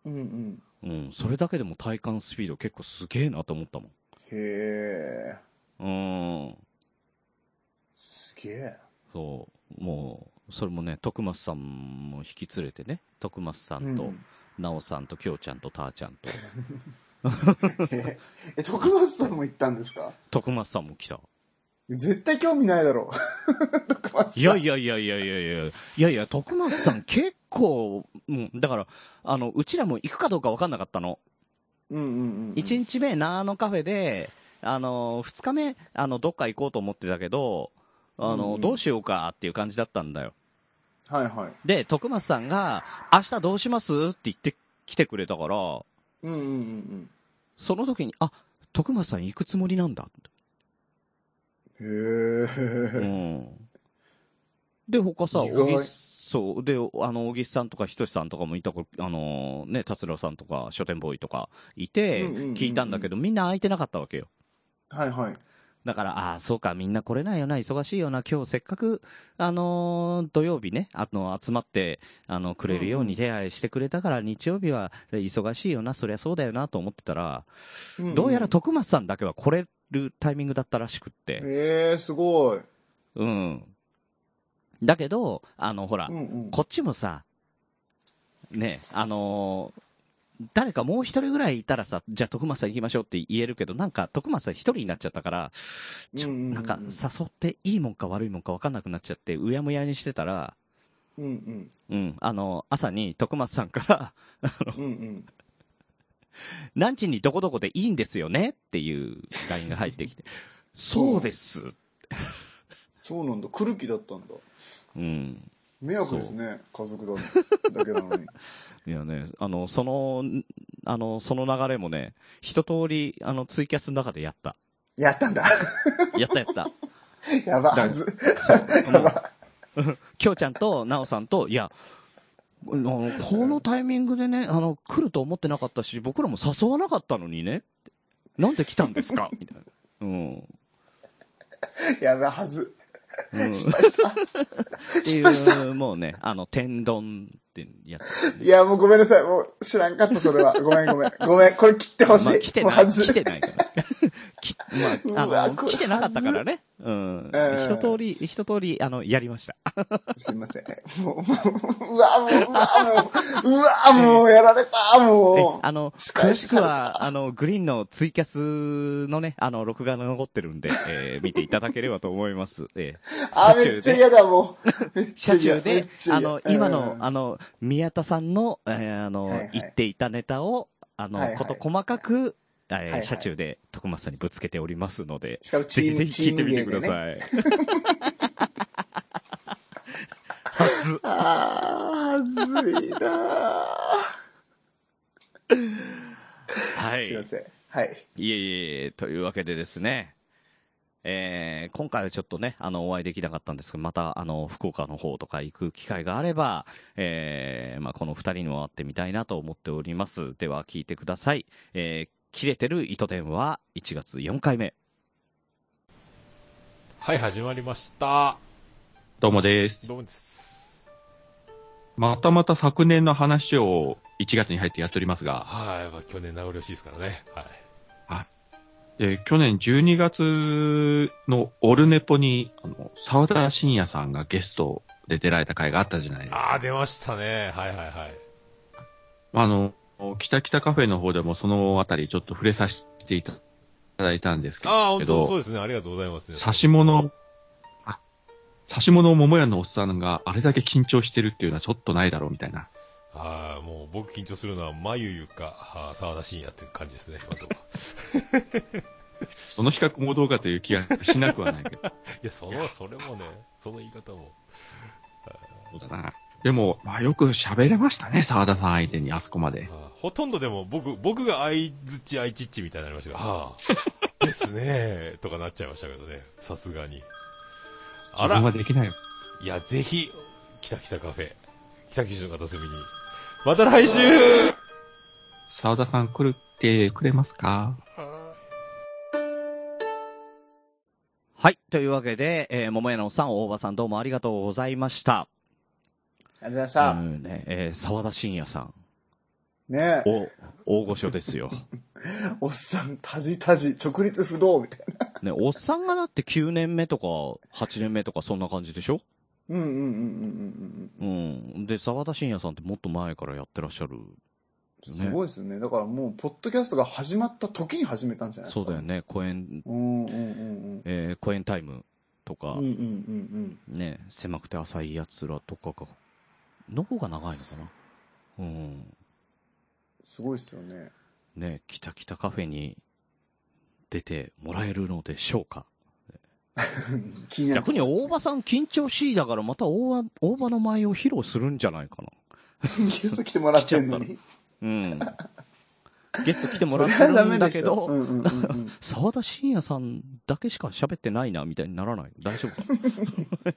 うんうんうん。うんうん。うん。それだけでも体感スピード結構すげえなと思ったもへえ。ん。うん。すげえ。そう、もう、それもね、徳松さんも引き連れてね、徳松さうんとん、なおさんと、きょうちゃんと、たーちゃんと、え、え徳松さんも行ったんですか徳松さんも来た。絶対興味ないだろう。徳松さん。いやいやいやいやいやいや、いやいや、徳松さん結構、うん、だから、あの、うちらも行くかどうか分かんなかったの。うんうんうん。 1日目、なーのカフェで、あの、2日目、あの、どっか行こうと思ってたけど、あうんの、うんどうしようかっていう感じだったんだよ。はいはい。で、徳松さんが、明日どうしますって言ってきてくれたから、うんうんうんその時に、あ、徳松さん行くつもりなんだ。うん。うへえ。ん。で、他さ、意外小木、そう、で、あの、小木さんとかひとしさんとかもいたこ、あの、ね、達郎さんとか、書店ボーイとかいて、うんうんうんうん聞いたんだけど、みんな空いてなかったわけよ。はいはい。だから、ああー、そうか、みんな来れないよな、忙しいよな、今日せっかく、あのー土曜日ね、あの、集まって、あの、くれるように手配してくれたから、日曜日は忙しいよな、そりゃそうだよな、と思ってたら、んんどうやら。徳松さんだけは来れるタイミングだったらしくって。へえ、すごい。うん。だけど、あの、ほら、うんうん。こっちもさ、ね、あのー誰かもう一人ぐらいいたらさ、じゃあ徳松さん行きましょうって言えるけど、なんか徳松さん一人になっちゃったから、ちょ、うんうんうんうんなんか誘っていいもんか悪いもんか分かんなくなっちゃって、うやむやにしてたら、うんうん。うん、あの朝に徳松さんから、 (laughs) うんうん。何時にどこどこでいいんですよねっていう LINE が入ってき (laughs) て、そうです。そうなんだ。来る気だったんだ。うん。迷惑ですね。家族だだけなのに。いやね、あの、その、んあの、その流れもね、一通り、あの、ツイキャスの中でやった。やったんだ。やったや (laughs) った。やば。だはず。そう。やもうば。きょうちゃんと、なおさんと、いや、あの、このタイミングでね、あの、来ると思ってなかったし、 (laughs) 僕らも誘わなかったのにね、なんで来たんですかみたいな。うん。やばはず。うん失敗した。失敗した。っていうもうね、あの、天丼ってやつ。いや、もうごめんなさい。もう知らんかった、それ (laughs) は。ごめん、ごめん。ごめん、これ切ってほしい。まあ、来てもうな、はいず来てないから。 (laughs) きまあ、うわあの、これ来てなかったからね。うんうん。一通り、一通り、あの、やりました。すいません。もう、もう、うわ、もう、うわ、もう、うわ、もう、やられた、もえあの、仕返詳ししくは、あの、グリーンのツイキャスのね、あの、録画が残ってるんで、えー見ていただければと思います。えう。ー (laughs) あ、車め中っちゃで、嫌だ、もう。めっちゃ車嫌中めっで、ちゃあ嫌の、今の、うんあの、宮田さんの、えーあの、はいはい言っていたネタを、あの、はいはいこと細かく、えーいはい車中で、徳松さんにぶつけておりますので、しかもチぜひーぜム、ひチ聞ーいムてみゲてーくでだね。さい。 (laughs) はず。あー、はずいなはーい。すいません。はい。いえいえ、というわけでですね、えー、今回はちょっとね、あの、お会いできなかったんですけど、また、あの、福岡の方とか行く機会があれば、えー、まあ、この二人にも会ってみたいなと思っております。では、聞いてください。えー、切れてる糸電話、1月4回目。はい、始まりました。どうもです。どうもです。またまた昨年の話を1月に入ってやっておりますが、はい、まあ、去年名残惜しいですからね。はい。えー去年12月のオルネポに、あの、沢田信也さんがゲストで出られた回があったじゃないですか。ああ、出ましたね。はいはいはい。あの、北北カフェの方でもそのあたりちょっと触れさせていただいたんですけど、ああ、本当そうですね。ありがとうございますね。差し物、あ、差し物を桃屋のおっさんがあれだけ緊張してるっていうのはちょっとないだろうみたいな。はい、もう僕緊張するのは、まゆゆか、あー沢田信也っていう感じです (laughs) ね。あとは。その比較もどうかという気がしなくはないけど。いや、その、それもね、その言い方も。そうだな。でも、まあ、よく喋れましたね、沢田さん相手に、あそこまで。あーほとんどでも僕、僕が相づち相ちっちみたいになりましたが、は (laughs) あ、ですね、とかなっちゃいましたけどね。さすがに。あら自分はできないよ。いや、ぜひ、きたきたカフェ、北九州の片隅に。また来週沢田さん来るってくれますかはい。というわけで、えー、桃屋のおっさん、大場さん、どうもありがとうございました。ありがとうございましうた。んね、えー、沢田信也さん、ねえ、お、大御所ですよ。おっさん、たじたじ、直立不動、みたいね、な。おっさんがだって9年目とか、8年目とか、そんな感じでしょうんうんうんうんうんうん。で、沢田信也さんってもっと前からやってらっしゃる。うん。すごいですね。だからもう、ポッドキャストが始まった時に始めたんじゃないですそか。うだよ。ね。公演、うんうんうんえー、公演タイムとか、うん。うんうんうんね、狭くて浅い奴らとかが、の方が長いのかな。うん。うん。すごいですよ (laughs) ね。ね、キタキタカフェに出てもらえるのでしょうか。気になる逆に大場さん緊張しいだから、また大場、大場の舞を披露するんじゃないかな。ゲスト来てもらってんのに。 (laughs) うん。ゲスト来てもそらっれてはダるメんだでけしょ。ど、うんうんうんうん沢田信也さんだけしか喋ってないな、みたいにならない。大丈夫か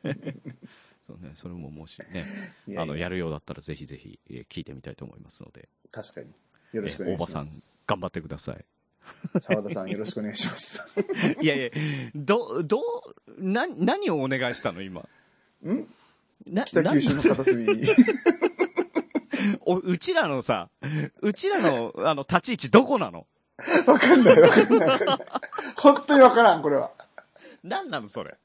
(laughs) そうね、それももしね、いあの、やいややるようだったらぜひぜひえー聞いてみたいと思いますので、確かに。よろしくお願い大場しさまんす。、頑張ってください。沢田さん、よろしくお願い (laughs) します。いやいや、ど、どう、な、何をお願いしたの、今。んな、北九州の片隅に。なんおうちらのさ、うちらの、あの、立ち位置どこなのわかんないわかんないわかんない。本当にわからん、これは。何なの、それ。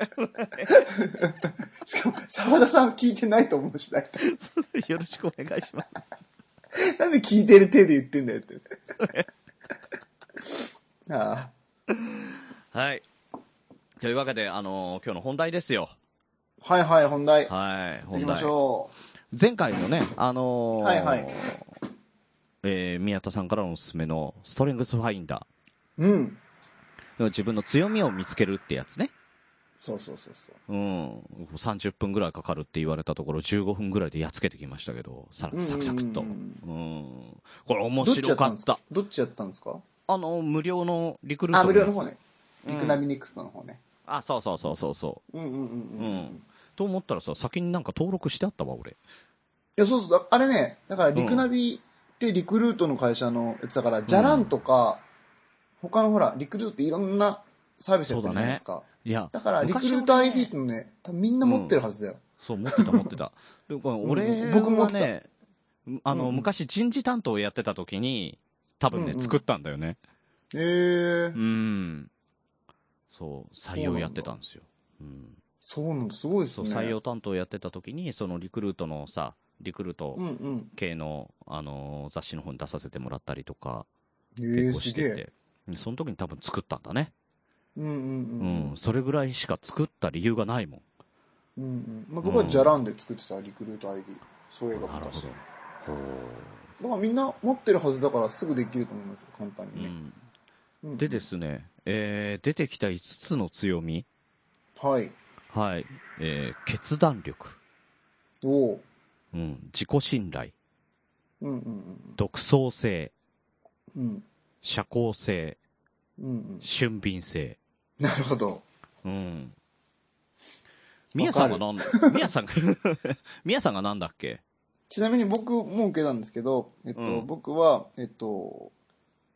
しかも、沢田さん聞いてないと思うし、大体。 (laughs) よろしくお願いします。なんで聞いてる手で言ってんだ (laughs) よって。ああ。はい。というわけで、あの今日の本題ですよ。はいはい、本題。行はい、き本ま題し。ょ前回のね、あのーはいはいえー宮田さんからのおすすめのストレングスファインダう。うん。ー。自分の強みを見つけるってやつね。そうそうそうそう。うん。30分ぐらいかかるって言われたところ、15分ぐらいでやっつけてきましたけど、さうんうんうんサクサクっと。うん。これ面白かどっちやったんっですかた。どっちやったんですかあの、無料のリクルートあ、無料の方やね。リクナビネクストの方ね。つ。あ、そうそうそうそうそうんうんうんう。ううん。ん。と思ったらさ、先になんか登録してあったわ、俺。いや、そうそう、だあれね、だから、リクナビってリクルートの会社のやつだから、じゃらんとか、他のほら、リクルートっていろんなサービスやってるじゃないですか。いや、だから、リクルート ID ってのね、多分みんな持ってるはずだよ。そう、持ってた持って (laughs) た。でこれ俺はね、僕も持ってあの、うんうん昔人事担当をやってた時に、多分ね、うんうん作ったんだよね。ええうん。そう、採用やってたんですよ。うん。そうなんだ、すごいですそう、ね。採用。担当やってた時に、そのリクルートのさ、リクルートうんうん。系の、あのー、雑誌の方に出させてもらったりとか、ええ結構すしげてえ。て。うんその時に多分作ったんだね。うんうんううんん。。それぐらいしか作った理由がないもん。うんうん。まあ、僕はジャランで作ってた、リクルート ID。そういえばなるほ昔。どだ。からみんな持ってるはずだからすぐできると思いますよ、簡単うにね。ん。うんうんでで。すね、えー、出てきた5つの強み。はい。はい。えー決断力、おう。うん、自己信頼、うんうん独創性、うん。うん。社交性、うんうん。 (laughs) 俊敏性。なるほど。うん。みやさんがなんだ、 (laughs) みやさんが、みやさんがなんだっけちなみに僕も受けたんですけど、えっと、うん僕は、えっと、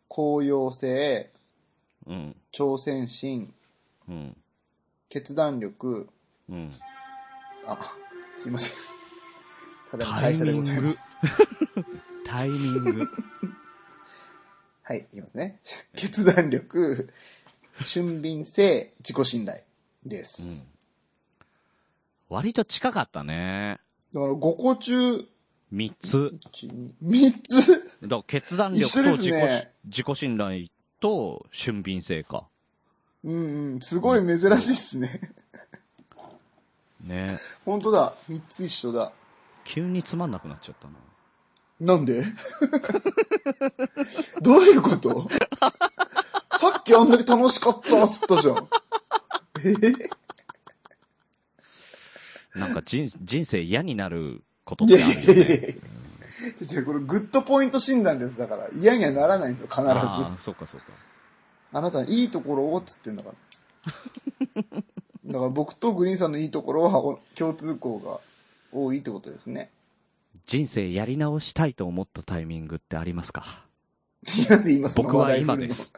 高揚性、うん、挑戦心、うん、決断力、うん。あ、すいません。 (laughs) ただの会社でございます。タイミング。はい、言いますね。 (laughs) 決断力、俊敏性、自己信頼でうすん。。割と近かったね。だから5個中、 3つ。 1 2 3つだから決断力と一緒で自己,、すね自己信頼と俊敏性か。うんうん、すごい珍しいっすね。ね。 (laughs) 本当だ、3つ一緒だ。急につまんなくなっちゃったな。なんで (laughs) どういうこと (laughs) さっきあんだけ楽しかったっつった (laughs) じゃん。 (laughs) なんか人人生嫌になることっいてやあいるやよいやいやね。違う違うこれグッドポイント診断です。だから嫌にはならないんですよ、必ず。ああ、そうかそうか。あなたのいいところをっつってんだから。だから僕とグリーンさんのいいところはお共通項が多いってことですね。 (laughs) 人生やり直したいと思ったタイミングってありますかなんで今その僕話は題今振るのです。。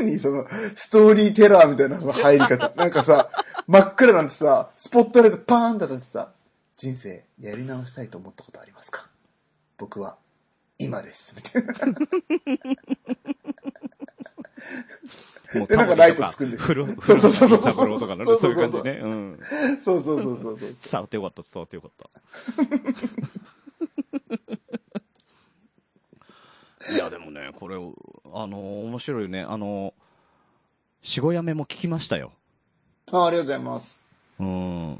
何そのストーリーテラーみたいなの入り方。なんかさ、真っ暗なんてさ、スポットライトパーンって当たってさ、人生やり直したいと思ったことありますか僕は今です。みたいな。 (laughs) もうでなんかライトつくんでしょ風呂、風 (laughs) そう呂そうそうそうサブローとかのねそうそそうういうそ感うじね。うん。そうそうそうそうそ伝う。わってよかった、伝わってよかっ (laughs) た。いや、でもね、これ、あの、面白いね。あの、死後やめも聞きましたよ。あありがとうございます。うん。あ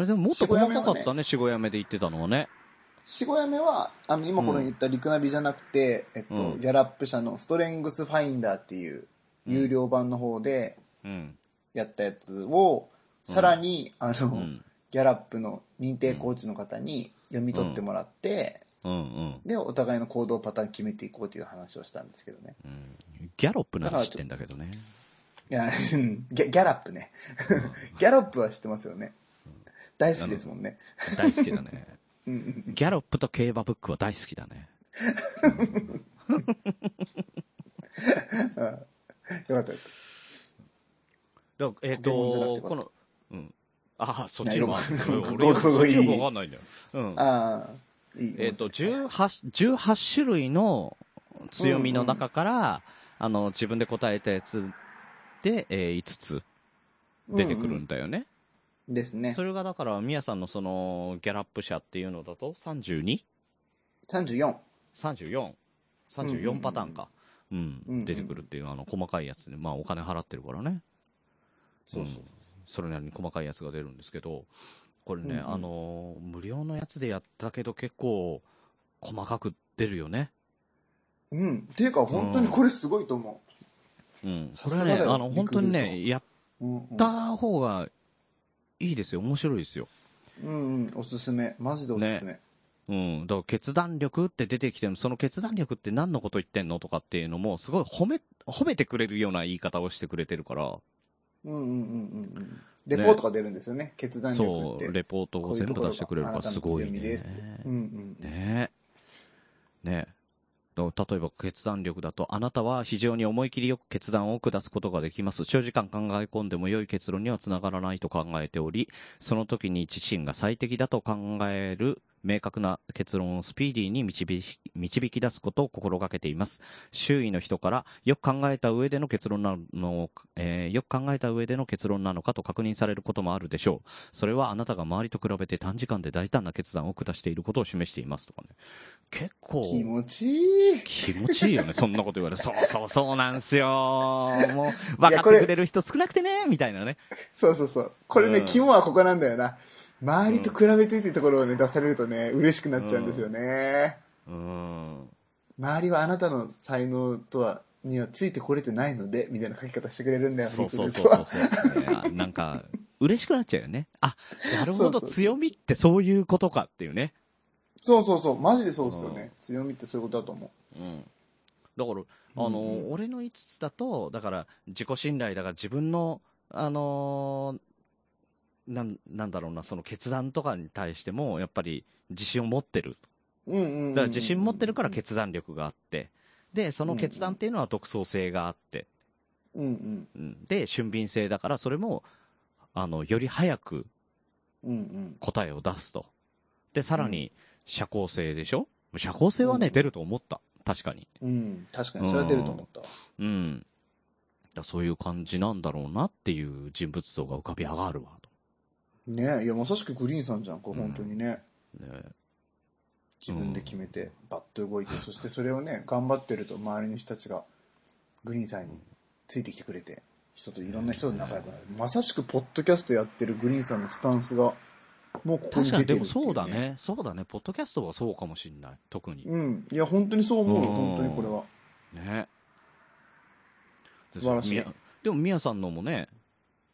れでももっと細かかったね、死後やめで言ってたのはね。四五やめは、あの、今これ言ったリクナビじゃなくて、えっと、うんギャラップ社のストレングスファインダーっていう有料版の方でうん。やったやつを、さらに、あの、うん。ギャラップの認定コーチの方に読み取ってもらって、うんうん。で、お互いの行動パターン決めていこうという話をしたんですけどね。うんギャロップなら知ってんだけど (laughs) ね。いや、うんギャギャラップね。ギャラップは知ってますよね。大好きですもんね。大好きだね。うんうん (laughs) ギャロップと競馬ブックは大好きだね。うんよかったよかっだからえっ、ポケモンじゃなくと、てこの、うん。ああ、そっちもある。ないうん (laughs) ごめん俺、ごそめっんちもわかんないんだよ。うんた。。ああ、いい。えっ、と、18、18種類の強みの中から、あの、自分で答えたやつで、え5つ出てくるうんだよね。うんですねそ。れがだから、ミヤさんのその、ギャラップ社っていうのだと 32? 34。 34。34パターンか。うんうんうん出てくるっていう、あの、細かいやつで、まあ、お金払ってるからね。そうそう。んそれなりに細かいやつが出るんですけど、これね、うんうんあのー、無料のやつでやったけど結構、細かく出るよね。うん。ていうか、本当にこれすごいと思うん。さこすれはがだよね、あの、本当にリクルーね、やっう。うんうん、た方がいいですよ。面白いですよ。うんうん。おすすめ。マジでおすすめ。うん。だから決断力って出てきても、その決断力って何のこと言ってんのとかっていうのも、すごい褒め、褒めてくれるような言い方をしてくれてるから、うんうんうんうんうん。レポートが出るんですよね。決断力そって。う、レポートを全部出してくれるからすごいこういうところがあなたの強みですねって。うんうん。ねえ。ねえ。例えば決断力だと、あなたは非常に思い切りよく決断を下すことができます。長時間考え込んでも良い結論にはつながらないと考えており、その時に自身が最適だと考える明確な結論をスピーディーに導き導き出すことを心がけています。周囲の人からよく考えた上での結論なの、えーよく考えた上での結論なのかと確認されることもあるでしょう。それはあなたが周りと比べて短時間で大胆な決断を下していることを示していますとかね。結構。気持ちいい。気持ちいいよね、そんなこと言われる。そうそうそうなんすよ。もう、い分やかっこれてくれる人少なくてね、みたいなね。そうそうそう。これね、うん肝はここなんだよな。周りと比べてっていうところをね、出されるとね、嬉しくなっちゃうんですよね。うん。周りはあなたの才能とは、にはついてこれてないので、みたいな書き方してくれるんだよ、そうそうリクそルートうはそう。いやなんか、嬉しくなっちゃうよね。あ、なるほそど、うそう強みってそういうことかっていうね。そうそうそう、マジでそうっすようんね。強みってそういうことだと思うん。だから、あの、うん俺の5つだと、だから、自己信頼だから自分の、あのーなん、なんだろうな、その決断とかに対しても、やっぱり自信を持ってる。う。うんうんうん、うん。だから自信持ってるから決断力があって、で、その決断っていうのは独創性があって、うんうん。うんで、俊敏性だから、それも、あの、より早くうんうん。答えを出すと。で、さらに、社交性でしょ社交性はね、うん出ると思った。確かに。うん。確かに、それは出ると思ったわ。うん。だそういう感じなんだろうなっていう人物像が浮かび上がるわ、ねいや、まさしくグリーンさんじゃん、これ、本当にね。と。ね自分で決めて、バッと動いて、そしてそれをね、頑張ってると、周りの人たちが、グリーンさんについてきてくれて、人といろんな人と仲良くなる。まさしく、ポッドキャストやってるグリーンさんのスタンスが、もうここ確かに出に、でてるっていもそうだね。ね。そうだね。ポッドキャストはそうかもしんない。特に。うん。いや、本当にそう思うよ、うん本当にこれは。ね。素晴らしいみやでも、みやさんのもね、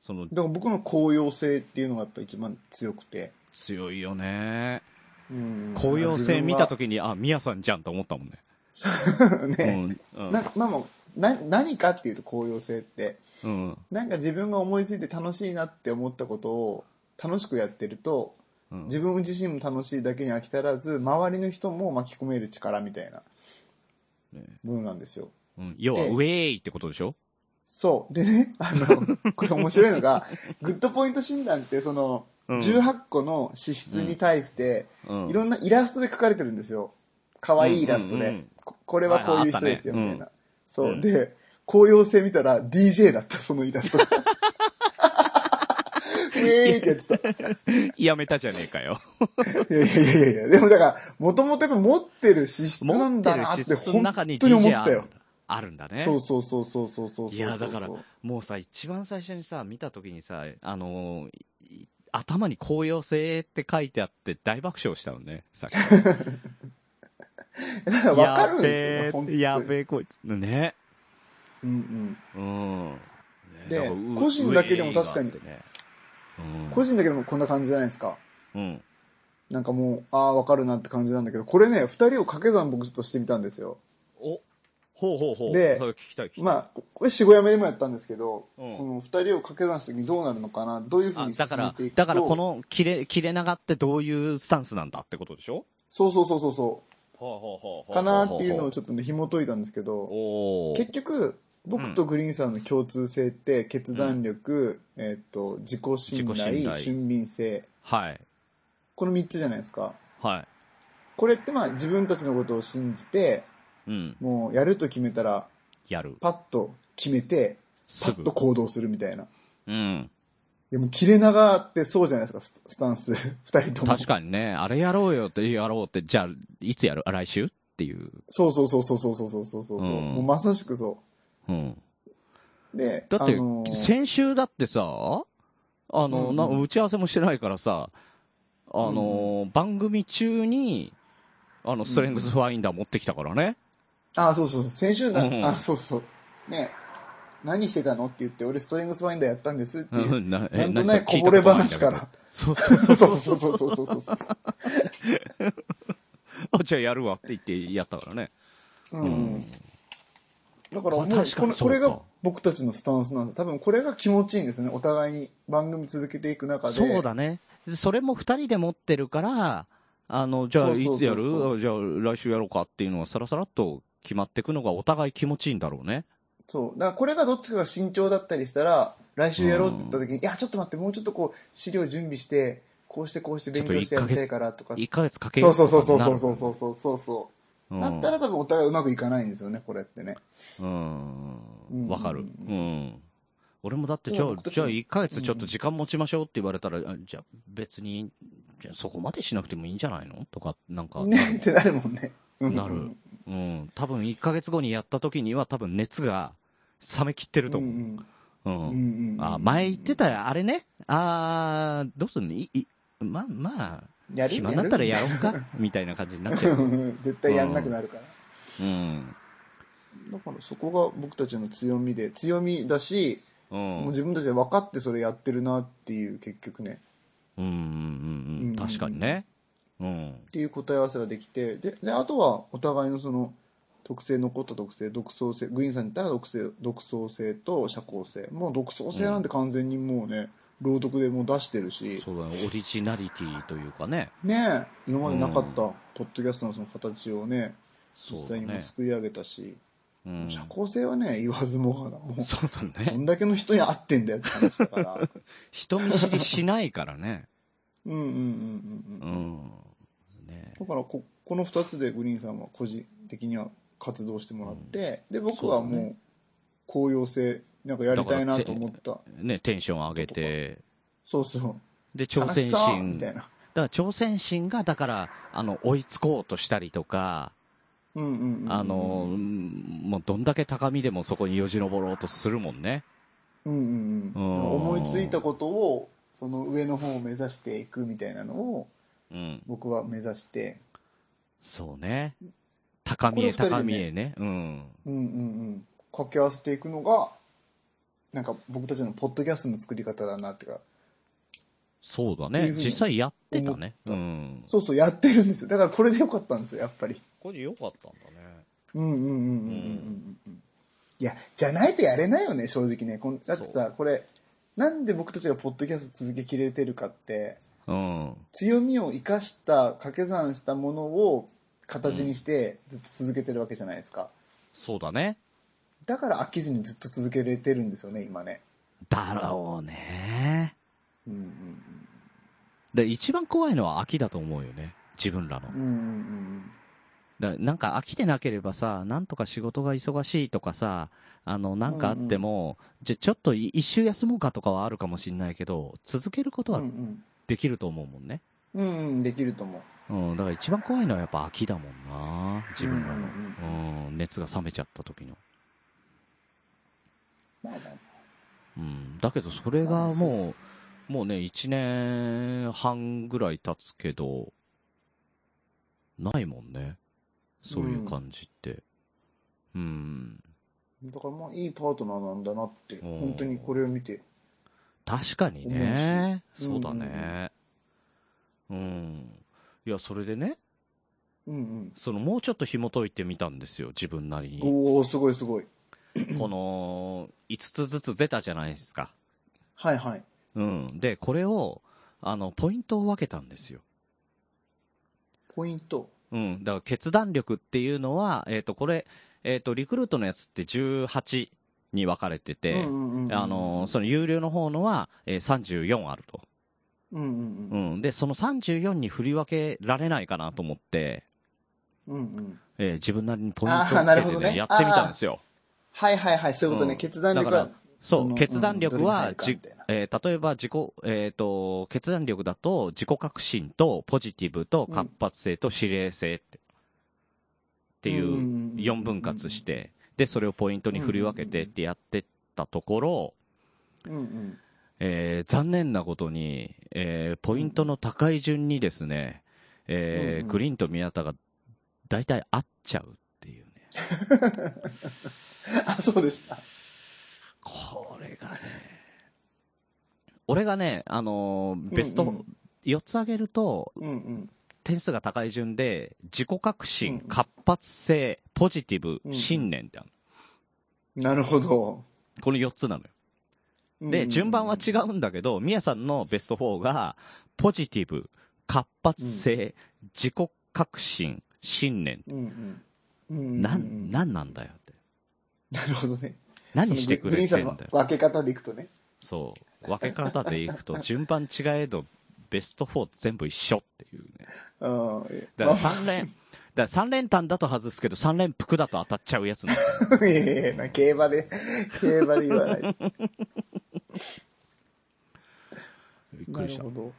その、だから僕の高揚性っていうのがやっぱ一番強くて。強いよね。うん。紅葉性見たとき。きに、あ、みやさんじゃんと思ったもんね。 (laughs) ね、うん。なまあまあな、何かっていうと高揚性って、うん。うんなんか自分が思いついて楽しいなって思ったことを楽しくやってると、うん自分自身も楽しいだけに飽き足らず、周りの人も巻き込める力みたいなねものなんですよ。うん要は、ええウェーイってことでしょそう。でね、あ (laughs) の、これ面白いのが、グッドポイント診断って、その、うん18個の資質に対して、うんいろんなイラストで書かれてるんですよ。可愛いイラストうんうんうでん。ここれはこういう人ですよ、はいみはいたあったねいな。そうう。んで、紅葉性見たら DJ だった、そのイラ (laughs) ストが。ウェーイってやってた。 (laughs) やめたじゃねえかよ。いやいやいやいや、でもだから、もともとやっぱ持ってる資質なんだなって、質の本中に当に思っ DJ あたるんよだ。。あるんだね。そうそうそうそうそうそうそうそう。いや、だから、もうさ、一番最初にさ、見たときにさ、あのーい頭に紅葉性って書いてあって大爆笑したのね、さっき。だから (laughs) わかるんですよ、本当に。やべえやべえ、こいつ。ね。うんうん。うん。ねでなんかう個人だけでも確かにウェーイがあってね個人だけでもこんな感じじゃないですか。うん。うん。なんかもう、ああ、わかるなって感じなんだけど、これね、二人を掛け算僕ちょっとしてみたんですよ。おほうほうほう。でそれ聞きたい聞きたい。まあ、これ四五やめでもやったんですけど、うんこの二人を掛け算した時にどうなるのかな、どういうふうあに進だからめてい、くとだからこ、の切れ、切れ長ってどういうスタンスなんだってことでしょそうそうそうそうそほうほうほう、かなっていうのをょちょっとね、紐解いたんですけど、おー結局僕とグリーンさんの共通性って決断力、えっと自己信自己信頼頼俊敏性はい。この3つじゃないですかはこれってまあ自分たちのことを信じてい。うん。もうやると決めたらやる。パッと決めてパすッぐと。行動するみたいなうん。でも切れ長ってそうじゃないですかススタ (laughs) ンス二人とも確かにね、あれやろうよって、やろうって、じゃあ、いつやるあ来週っていう。そうそうそうそうそうそうそうそうそううんもうまさしくそうん。うでだって、あのー先週だってさ、あの、うんな打ち合わせもしてないからさ、あの、番組中に、あの、ストレングスファインダー持ってきたからね。あそうそう先週な、うんあそうそうね何してたのって言って俺ストレングスファインダーやったんですっていう、うんなえなんと何ね、そこれ聞いぼたれとないんだ話けどから。そうそうそそううそそううそうそうそうそうそう。あ、じゃあやるわって言ってやったからね。うんうん。だからもう、まあ確かこにのそうこかれが僕たちのスタンスなんです。多分これが気持ちいいんですね。お互いに番組続けていく中で。そうだね。それも二人で持ってるから、あの、じゃあそうそういそうそうつやるあじゃあ来週やろうかっていうのはさらさらっと決まっていくのがお互い気持ちいいんだろうね。そう。だからこれがどっちかが慎重だったりしたら、来週やろうって言った時に、いや、ちょっと待って、もうちょっとこう、資料準備して、こうしてこうして勉強してやりたいからとか。 1ヶ月かけそうそうそうそうなるそうそうそうそうそうう。んなったら多分お互いうまくいかないんですよね、これってね。うん。わかる。ううん。俺もだって、じゃそうあ僕、たちじゃあ1ヶ月ちょっと時間持ちましょうって言われたら、あじゃあ別に、じゃあそこまでしなくてもいいんじゃないのとか、なんか、ねってなるもんね。うんなる。うん。多分1ヶ月後にやった時には多分熱が冷めきってるとうん思う。うん。うんうんあ、前言ってた、あれね。あー、どうすんのい、い、まあまあ、やる暇だったらやろう (laughs) か、みたいな感じになっちゃう。うん絶対やんなくなるから。うん。だからそこが僕たちの強みで、強みだし、う。もうん自分たちで分かってそれやってるなっていう、結局ね。うんうんうんう。うんん確かにね。うんっ。ていう答え合わせができて、で、であとはお互いのその、特性、残った特性、独創性、グリーンさんに言ったら独性、独創性と社交性。もう独創性なんて完全にもうね、朗読でもう出してるし、そうだね。オリジナリティというかね。ねえ今までなかった、ポッドキャストのその形をね、そ実うだ際にもね。作り上げたし、うん。社交性はね、言わずもがな。もうそうだどね。んだけの人に会ってんだよって話だから。人見知りしないからね。うんうんうんうんううん。ん。ねだからこ、この二つでグリーンさんは個人的には活動してもらって、で、僕はそうだもう、高揚性、なんかやりたいなと思った。ね、テンション上げて、そうそう。で、挑戦楽しそう心。みただいな。から挑戦心が、だから、あの、追いつこうとしたりとか、うんうんうんうん。あの、うんもうどんだけ高みでもそこによじ登ろうとするもんね。うんうんうん。うん思いついたことを、その上の方を目指していくみたいなのを、うん。僕は目指して、そうね。高みへこれ二人でね高みへね。うん。うんうんうん。掛け合わせていくのが、なんか僕たちのポッドキャストの作り方だなってか、そうだっていねう。ふうに実際やってたね。う思ったん。そうそう、やってるんですよ。だからこれでよかったんですよ、やっぱり。これでよかったんだね。うんうんうんうんうんうんうん。いや、じゃないとやれないよね、正直ね。こんだってさ、これ、なんで僕たちがポッドキャスト続けきれてるかって、うん。強みを生かした、掛け算したものを形にして、ずっと続けてるわけじゃないですか。そうだね。だから飽きずにずっと続けれてるんですよね、今ね。だろうね。うんうんで、一番怖いのは秋だと思うよね。自分らのうん。うん。うんだなんか飽きてなければさ、なんとか仕事が忙しいとかさ、あの、なんかあっても、じゃ、ちょっとい一周休もうかとかはあるかもしんないけど、続けることうんうはん。うんできると思うもんね。うん。うんうん、できると思う。うん、だから一番怖いのはやっぱ秋だもんな自分らうんの。うん、熱が冷めちゃった時の。まあまあうん、だけどそれがもう、もうね、一年半ぐらい経つけど、ないもんね。そういう感じって。うん。だからまあ、いいパートナーなんだなって、うん本当にこれを見て。確かにね。思そうしだね。うん。いや、それでね、うんうん。そのもうちょっと紐解いてみたんですよ、自分なりに。おおすごいすごい。この、5つずつ出たじゃないですか。はいはい。うん。で、これを、あの、ポイントを分けたんですよ。ポイント。うん。だから決断力っていうのは、えっ、と、これ、えっ、と、リクルートのやつって18に分かれてて、うんうんうんあの、その有料の方のは、えー34あると。うんうんううん。ん。で、その34に振り分けられないかなと思って、うんうん。えー自分なりにポイントをつあーなるけほてどね、ねやってみたんですよ。はいはいはい、そういうことね。うん決断力はだか。そ、そうの決断力うはん、どれじに入るかみたいな、えー例えば自己、えっ、と、決断力だと、自己革新と、ポジティブと、活発性と、指令性って、っていうんうんう、うん4分割し。て、で、それをポイントに振り分けてってやってったところ、うんうん。えー残念なことに、えーポイントの高い順にですね、えーうんうんグリーンと宮田が、大体合っちゃうっていうね。あ、そうでした。これがね、俺がね、あのーベスうんうトん4つ上げると、うんうん。点数が高い順で、自己革うん新、うん活発性、ポジティブう、んうん信念ってあるなるほど。この4つなのよ。うんうんうで、ん順番は違。うんだけど、みやさんのベスト4が、ポジティブ、活発性、自己革新、信念。うんうん。うんな、うんん、なんなんだよって。なるほどね。何してくグリれーンさてんんだのよ。分け方でいくとね。そう。分け方でいくと、順番違えど、ベスト4全部一緒っていうね。うん。だから3連、だから3連単だと外すけど、3連服だと当たっちゃうやつなんだよいやいやいや競馬で、競馬で言わない。びっくなりしたるほ。ど。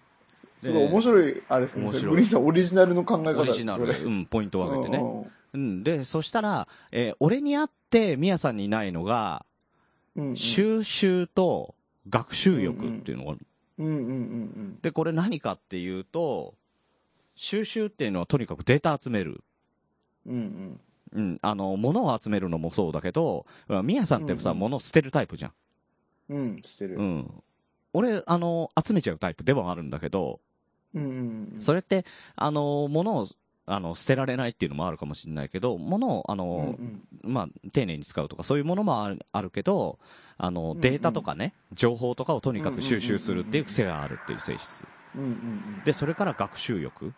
すごい面白い、あれですね。面そ白いれグリーンさんオリジナルの考え方オでリすジナそル、れうん、ポイントを上げてうね。んうんうん、で、そしたら、えー俺にあって、みやさんにないのが、うんうん収集と学習欲っていうのがある、うんうんうんで、これ何かっていうと、収集っていうのはとにかくデータ集める。うん。うんうん。うん、あの、物を集めるのもそうだけど、みやさんってさ、うんうん物を捨てるタイプじゃん。うん、してる。ううんん。俺、あの、集めちゃうタイプではあるんだけど、うんうん。それって、あの、物を、あの、捨てられないっていうのもあるかもしれないけど、物を、あうんうの、んまあ、丁寧に使うとか、そういうものもあるあるけど、あの、んうんデータとかね、情報とかをとにかく収集するっていう癖があるっていう性質。うんうんで、それから学習欲。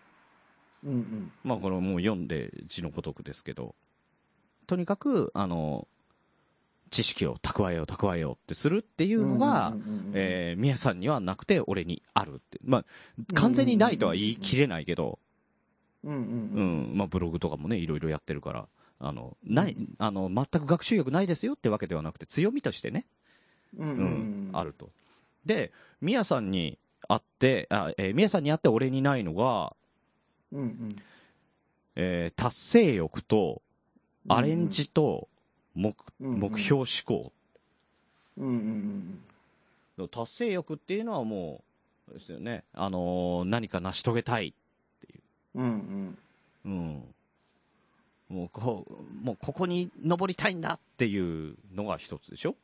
うん。うんうん。まあ、これもう読んで字のごとくですけど、とにかく、あの、知識を蓄えよう、蓄えようってするっていうのが、うんうんうんうん、えー、宮さんにはなくて、俺にあるって。まあ、完全にないとは言い切れないけど、うんううんん、まあ、ブログとかもね、いろいろやってるから、あの、ない、あの、全く学習力ないですよってわけではなくて、強みとしてね、うん。うんううんんう、ん。あ。ると。で、宮さんに会って、あ、えー、宮さんに会って俺にないのが、うんうん。えー達成欲と、アレンジと、目、うんうん目標思考。うんうんうん達成欲っていうのはもう、ですよね、あのー何か成し遂げたいうん。うんうん。うん。もうこう、もうここに登りたいんだっていうのが一つでしょ、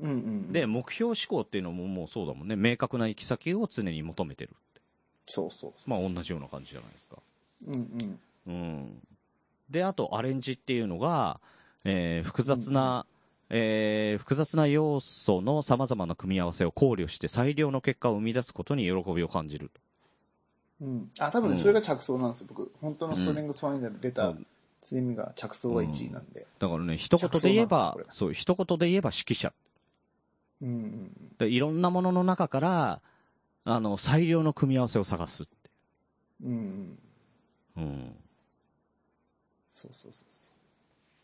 うんうん。で、、目標思考っていうのももうそうだもんね。明確な行き先を常に求めてる。そうそう。まあ同じような感じじゃないですか。うんうん。うん。で、あとアレンジっていうのが、えー複雑な、えー複雑な要素の様々な組み合わせを考慮して最良の結果を生み出すことに喜びを感じる。うん、あ多分ね、うんそれが着想なんですよ、僕、本当のストレングスファインダーで出たうん強みが着想が1位なんで、だからね、一言で言えば着想なんですよこれ、がそう、一言で言えば指揮者。うんうんでいろんなものの中から、あの、最良の組み合わせを探す。うん、うんうん、うん。そうそうそうそ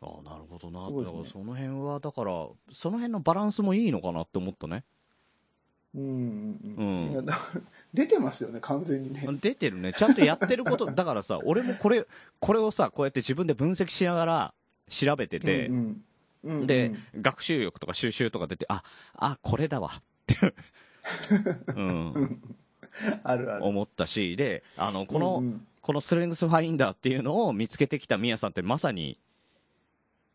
ああ、なるほどな。すごいだですかねらその辺は、だから、その辺のバランスもいいのかなって思ったね。う、うんうんうん、うんいやだから出てますよね、完全にね、 (laughs) 出てるね。ちゃんとやってること、だからさ、俺もこれ、これをさ、こうやって自分で分析しながら調べてて、うんうんうんうん、で、学習欲とか収集とか出て、あ、あ、これだわ。って、うん、 (laughs) あるある、思ったし、で、あの、この、うんうんこのストレングスファインダーっていうのを見つけてきたミヤさんってまさに、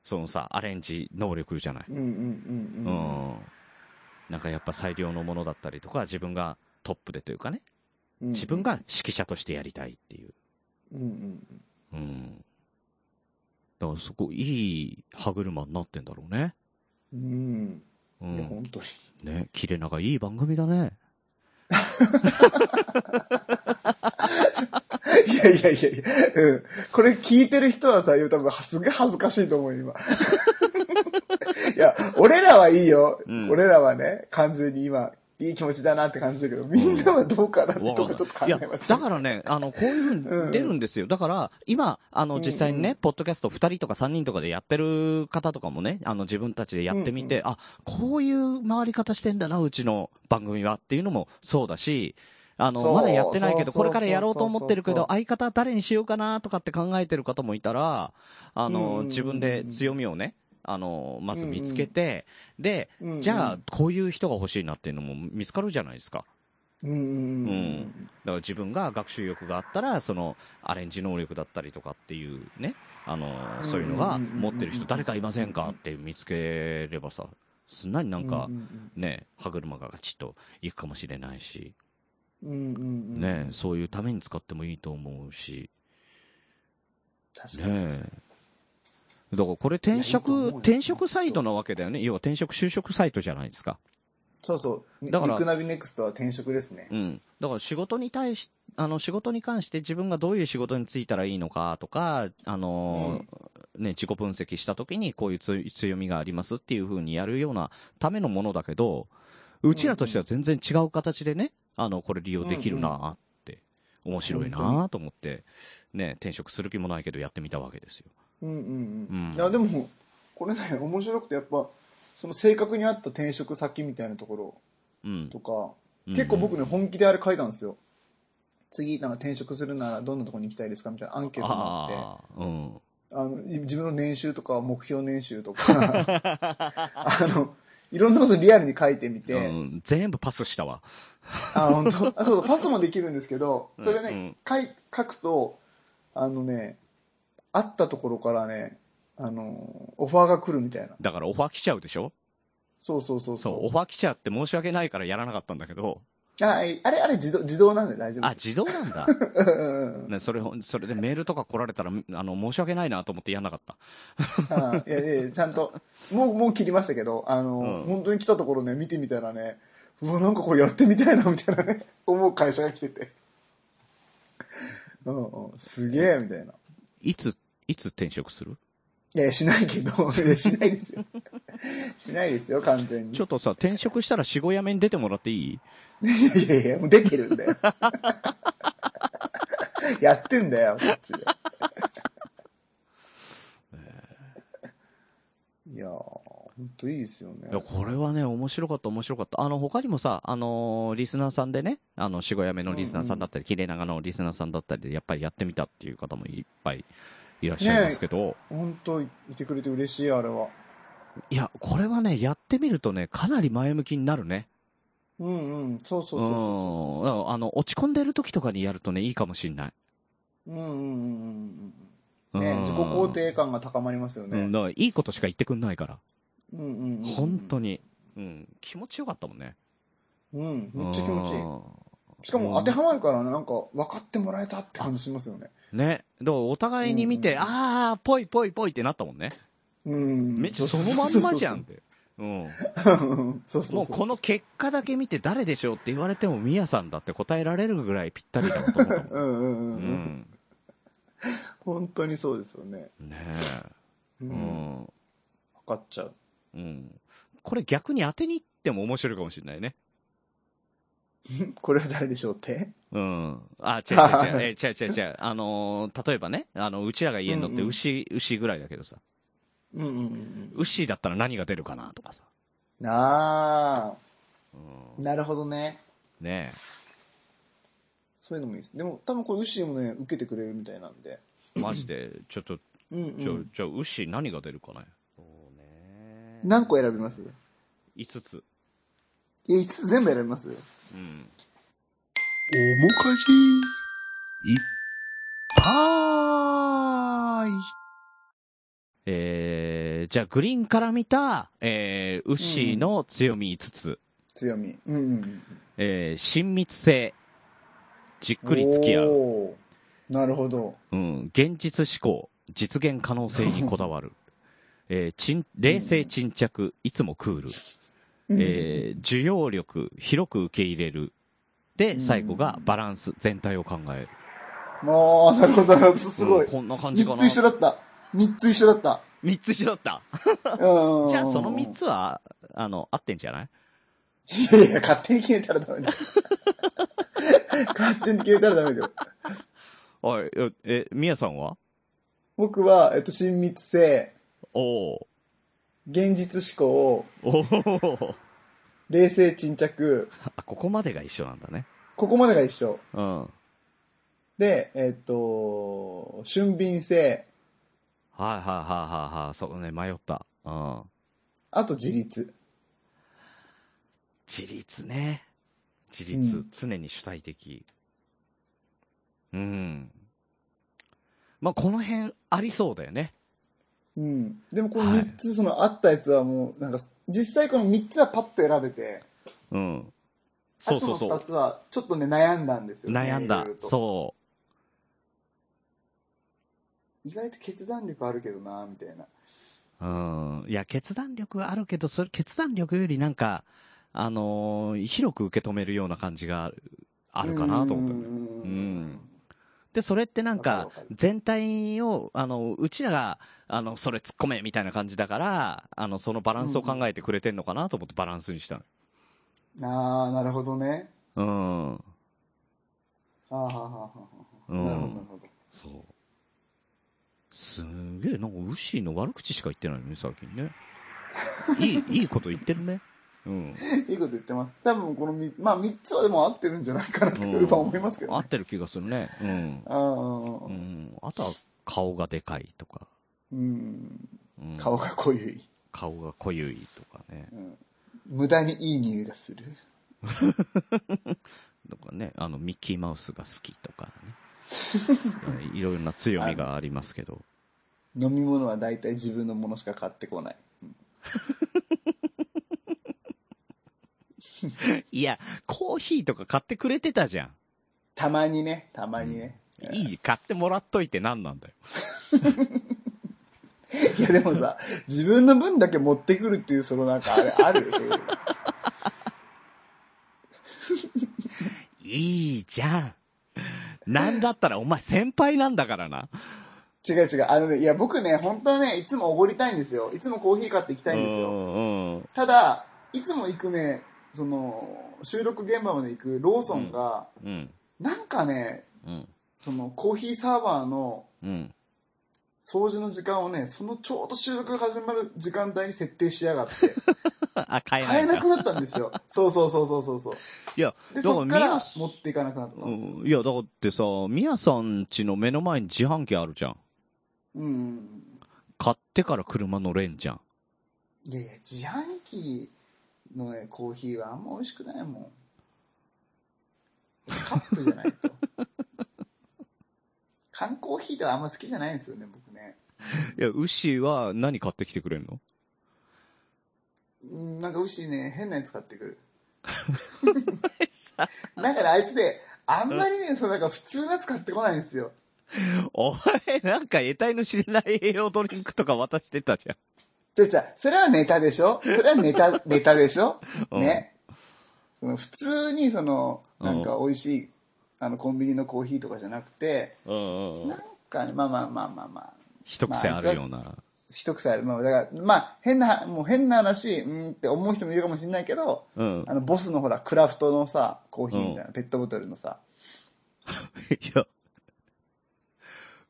そのさ、アレンジ能力じゃない。うんうんううんん。なんかやっぱ最良のものだったりとか、自分がトップでというかね、うん、自分が指揮者としてやりたいっていう。うんうんうん。だからそこ、いい歯車になってんだろうね。うん、う (laughs) うん、いやん。本当に、ね、切れ長いい番組だね。いやいやいやいや、うん、これ聞いてる人はさ、多分すげえ恥ずかしいと思うよ、今。 (laughs) いや、俺らはいいよ、うん俺らはね、完全に今、いい気持ちだなって感じだけど、みんなはどうかなってとこちょっと考いやえま、した。だからね、あの、こういうふうに出るんですよ。だから、今、あの、実際にね、うんうポッドキャスト2人とか3人とかでやってる方とかもね、あの、自分たちでやってみて、あ、こういう回り方してんだな、うちの番組はっていうのもそうだし、あその、うまだやってないけそど、うそこうれからやろうと思ってるけそうそうど、相方誰にしようかなとかって考えてる方もいたら、あうんうんのう、ん自分で強みをね、あの、まず見つけて、で、うんうんじゃあ、こういう人が欲しいなっていうのも見つかるじゃないですか。うんうんうんううんんだから自分が学習欲があったら、そのアレンジ能力だったりとかっていうね、あのー、そういうのがうんうんうんうん持ってる人誰かいませんかって見つければさ、すんなりなんかう、んね、歯車がガチッと行くかもしれないし、うんうんうんうんね、そういうために使ってもいいと思うし、確かにね確かに。だからこれ転いやいいと思う職、よ転職サイトなわけだよね。要は転職就職サイトじゃないですか。そうそう。だからリクナビネクストは転職ですねう。ん。だから仕事に対し、あの、仕事に関して自分がどういう仕事に就いたらいいのかとか、あのーね、自己分析した時にこういうつ強みがありますっていう風にやるようなためのものだけど、うちらとしては全然違う形でね、あの、これ利用できるなーって、面白いなーと思って、ね、転職する気もないけどやってみたわけですよ。うんうんうん。うんいや、でも、これね、面白くて、やっぱ、その性格に合った転職先みたいなところうんと。か、結構僕ね、本気であれ書いたんですよ。次、なんか転職するならどんなところに行きたいですかみたいなアンケートがあって。ああー、うん。あの、い自分の年収とか、目標年収とか、あの、いろんなことリアルに書いてみて、うん全部パスしたわ。あ、本当あ、そうそう、パスもできるんですけど、それね、うんかい書くと、あのね、会ったところからね、あの、オファーが来るみたいな。だからオファー来ちゃうでしょそうそうそうそ、そうオう。ファー来ちゃって申し訳ないからやらなかったんだけど、あいあれ、あれ自動、自動なんで大丈夫あ、です。自動なんだ。うんうんう (laughs) んね、それ、それでメールとか来られたら、あの、申し訳ないなと思ってやんなかった。あいやいや、ちゃんと、もう、もう切りましたけど、あの、うん本当に来たところね、見てみたらね、うわ、なんかこれやってみたいな、みたいなね、思う会社が来てて。うんうん、すげえ、みたいな。いつ、いつ転職するいや、しないけど、いや、しないで (laughs) すよ。しないですよ、完全に。ちょっとさ、転職したら四五やめに出てもらっていいいやいや、もう出てるんだよ。やってんだよ、こっちで。いやー、ほんといいですよねいや、。これはね、面白かった、面白かった。あの、他にもさ、あのーリスナーさんでね、あの、四五やめのリスナーさんだったり、切れ長のリスナーさんだったりで、やっぱりやってみたっていう方もいっぱいいらっしゃいますけど、ほんと、いてくれて嬉しい、あれは。いや、これはね、やってみるとね、かなり前向きになるね。うんうん、そうそううそうそん。だからあの、落ち込んでる時とかにやるとね、いいかもしんない。う。うんうんうんううんうん。んね自己肯定感が高まりますよね。うん、だからいいことしか言ってくんないから。うんうんうん。本当。に。うん、気持ちよかったもんね。うん、めっちゃ気持ちいい。いしかも当てはまるからね、なんか分かってもらえたって感じしますよね。い。ね。だからお互いに見て、うんうんああ、ぽいぽいぽいってなったもんね。うん。めっちゃそのまんまじゃんって。うん。うん。 (laughs) そうそうそう。もうこの結果だけ見て誰でしょうって言われても、みやさんだって答えられるぐらいぴったりだなと思ったも。(laughs) うんんうんううんうん。ん。本当にそうですよね。ねえ。うう。んん。分かっちゃう。うん。これ逆に当てに行っても面白いかもしれないね。これは誰でしょうってうん。あ、違う違う違う。え違う違う違う。あのー例えばね、あの、うちらが家に乗って牛、牛ぐらいだけどさ。うんうんうん牛だったら何が出るかなとかさ。うん。あうあ、ん、なるほどね。ねそういうのもいいです。でも、多分これ、ウッシーもね、受けてくれるみたいなんで。え。マジで、ちょっと、うんうちょん。、ちょ、牛何が出るかね。そうね何個選びます ?5 つ。え、5つ全部選びますうん。おもかじ、いっぱい。えー、じゃあ、グリーンから見た、えー、牛の強み5つ。強み。うんうんうん。えー、親密性。じっくり付き合う。おーなるほど。うん、現実思考、実現可能性にこだわる。 (laughs) えーちん、冷静沈着、いつもクール。えー受容力、広く受け入れる。で、最後がバランス、全体を考える。ああ、なるほど、なるほど。すごういん。こんな感じか3な。つ一緒だった。3つ一緒だった。三つ一緒だった。うん。じゃあ、その3。つは、あの、合ってんじゃないいやいや、勝手に決めたらダメだよ。 (laughs) 勝手に決めたらダメだよ。おい、ええ、みやさんは僕は、えっと、親密性、おお現実思考、おお冷静沈着、 (laughs) あ、ここまでが一緒なんだね。ここまでが一緒。うん。はいで、えっと、俊敏性、はいはいはいはい。そうね、迷った。うん。あと自立。自立ね。自立、うん常に主体的。うん。まあ、この辺ありそうだよね。うん。でもこのはい3つ、そのあったやつはもう、なんか、実際この3つはパッと選べて、うん。そうそうあとその2つはちょっとね、悩んだんですう。よね。悩んだ。う。そ意外と決断力あるけどな、みたいな。う。うん。いや、決断力はあるけど、それ、決断力よりなんか、あのー広く受け止めるような感じがあるかなと思ったのようんで、それってなんわかるかわかる、全体を、あの、うちらが、あの、それ突っ込めみたいな感じだから、あの、そのバランスを考えてくれてんのかなと思ってバランスにしたああ、なるほどね。の。あーはーはーはうーん。はう。ーなるほど、なんるほど。そう。すんげえ、なんか、ウッシーの悪口しか言ってないのね、最近ね。 (laughs) いい、いいこと言ってるね。うん。いいこと言ってます。多分このみ、まあ3つはでも合ってるんじゃないかなって、うん今思いますけど合ね。ってる気がするね。うん。あーう、ん。あとは、顔がでかいとか。うん。うん顔が濃ゆい。顔が濃ゆいとかね。うん無駄にいい匂いがする。とかね、あの、ミッキーマウスが好きとか (laughs) ね。いろいろな強みがありますけど。飲み物は大体自分のものしか買ってこない。いや、コーヒーとか買ってくれてたじゃん。たまにね、たまにね。いい、買ってもらっといて何なんだよ。いやでもさ、自分の分だけ持ってくるっていう、そのなんかあれ、あるそういう。いいじゃん。なんだったらお前先輩なんだからな。違う違う。あのね、いや僕ね、本当はね、いつもおごりたいんですよ。いつもコーヒー買っていきたいんですうよ。んうん。ただ、いつも行くね、その、収録現場まで行くローソンが、うん。なんかね、うん。そのコーヒーサーバーのうん。掃除の時間をね、そのちょうど収録が始まる時間帯に設定しやがって、あ、買えない。買えなくなったんですよ。そうそうそうそうそうそう。いや、だで、からそっから宮下持っていかなくなったんですよ。うんいや、だってさ、みやさん家の目の前に自販機あるじゃん。うんうんうん。買ってから車乗れんじゃん。いやいや、自販機のねコーヒーはあんま美味しくないもん。カップじゃないと。缶コーヒーとかあんま好きじゃないんですよね、僕ね。いや、ウシは何買ってきてくれんのうん、なんか牛ね、変なやつ買ってくる。さだからあいつで、あんまりね、そのなんか普通のやつ買ってこないんですよ。お前、なんか得体の知れない栄養ドリンクとか渡してたじゃてっちゃん、それはネタでしょそれはネタ、ネタでしょん。ね。その普通にその、なんか美味しい、あのコンビニのコーヒーとかじゃなくて、うん。うんうんうなんん。かね、まあまあまあまあまあ、一癖あるような。一癖ある。まあ、だから、まあ、変な、もう変な話、うーんって思う人もいるかもしれないけど、うん。あの、ボスのほら、クラフトのさ、コーヒーみたいな、ペットボトルのさ、 (laughs) いや、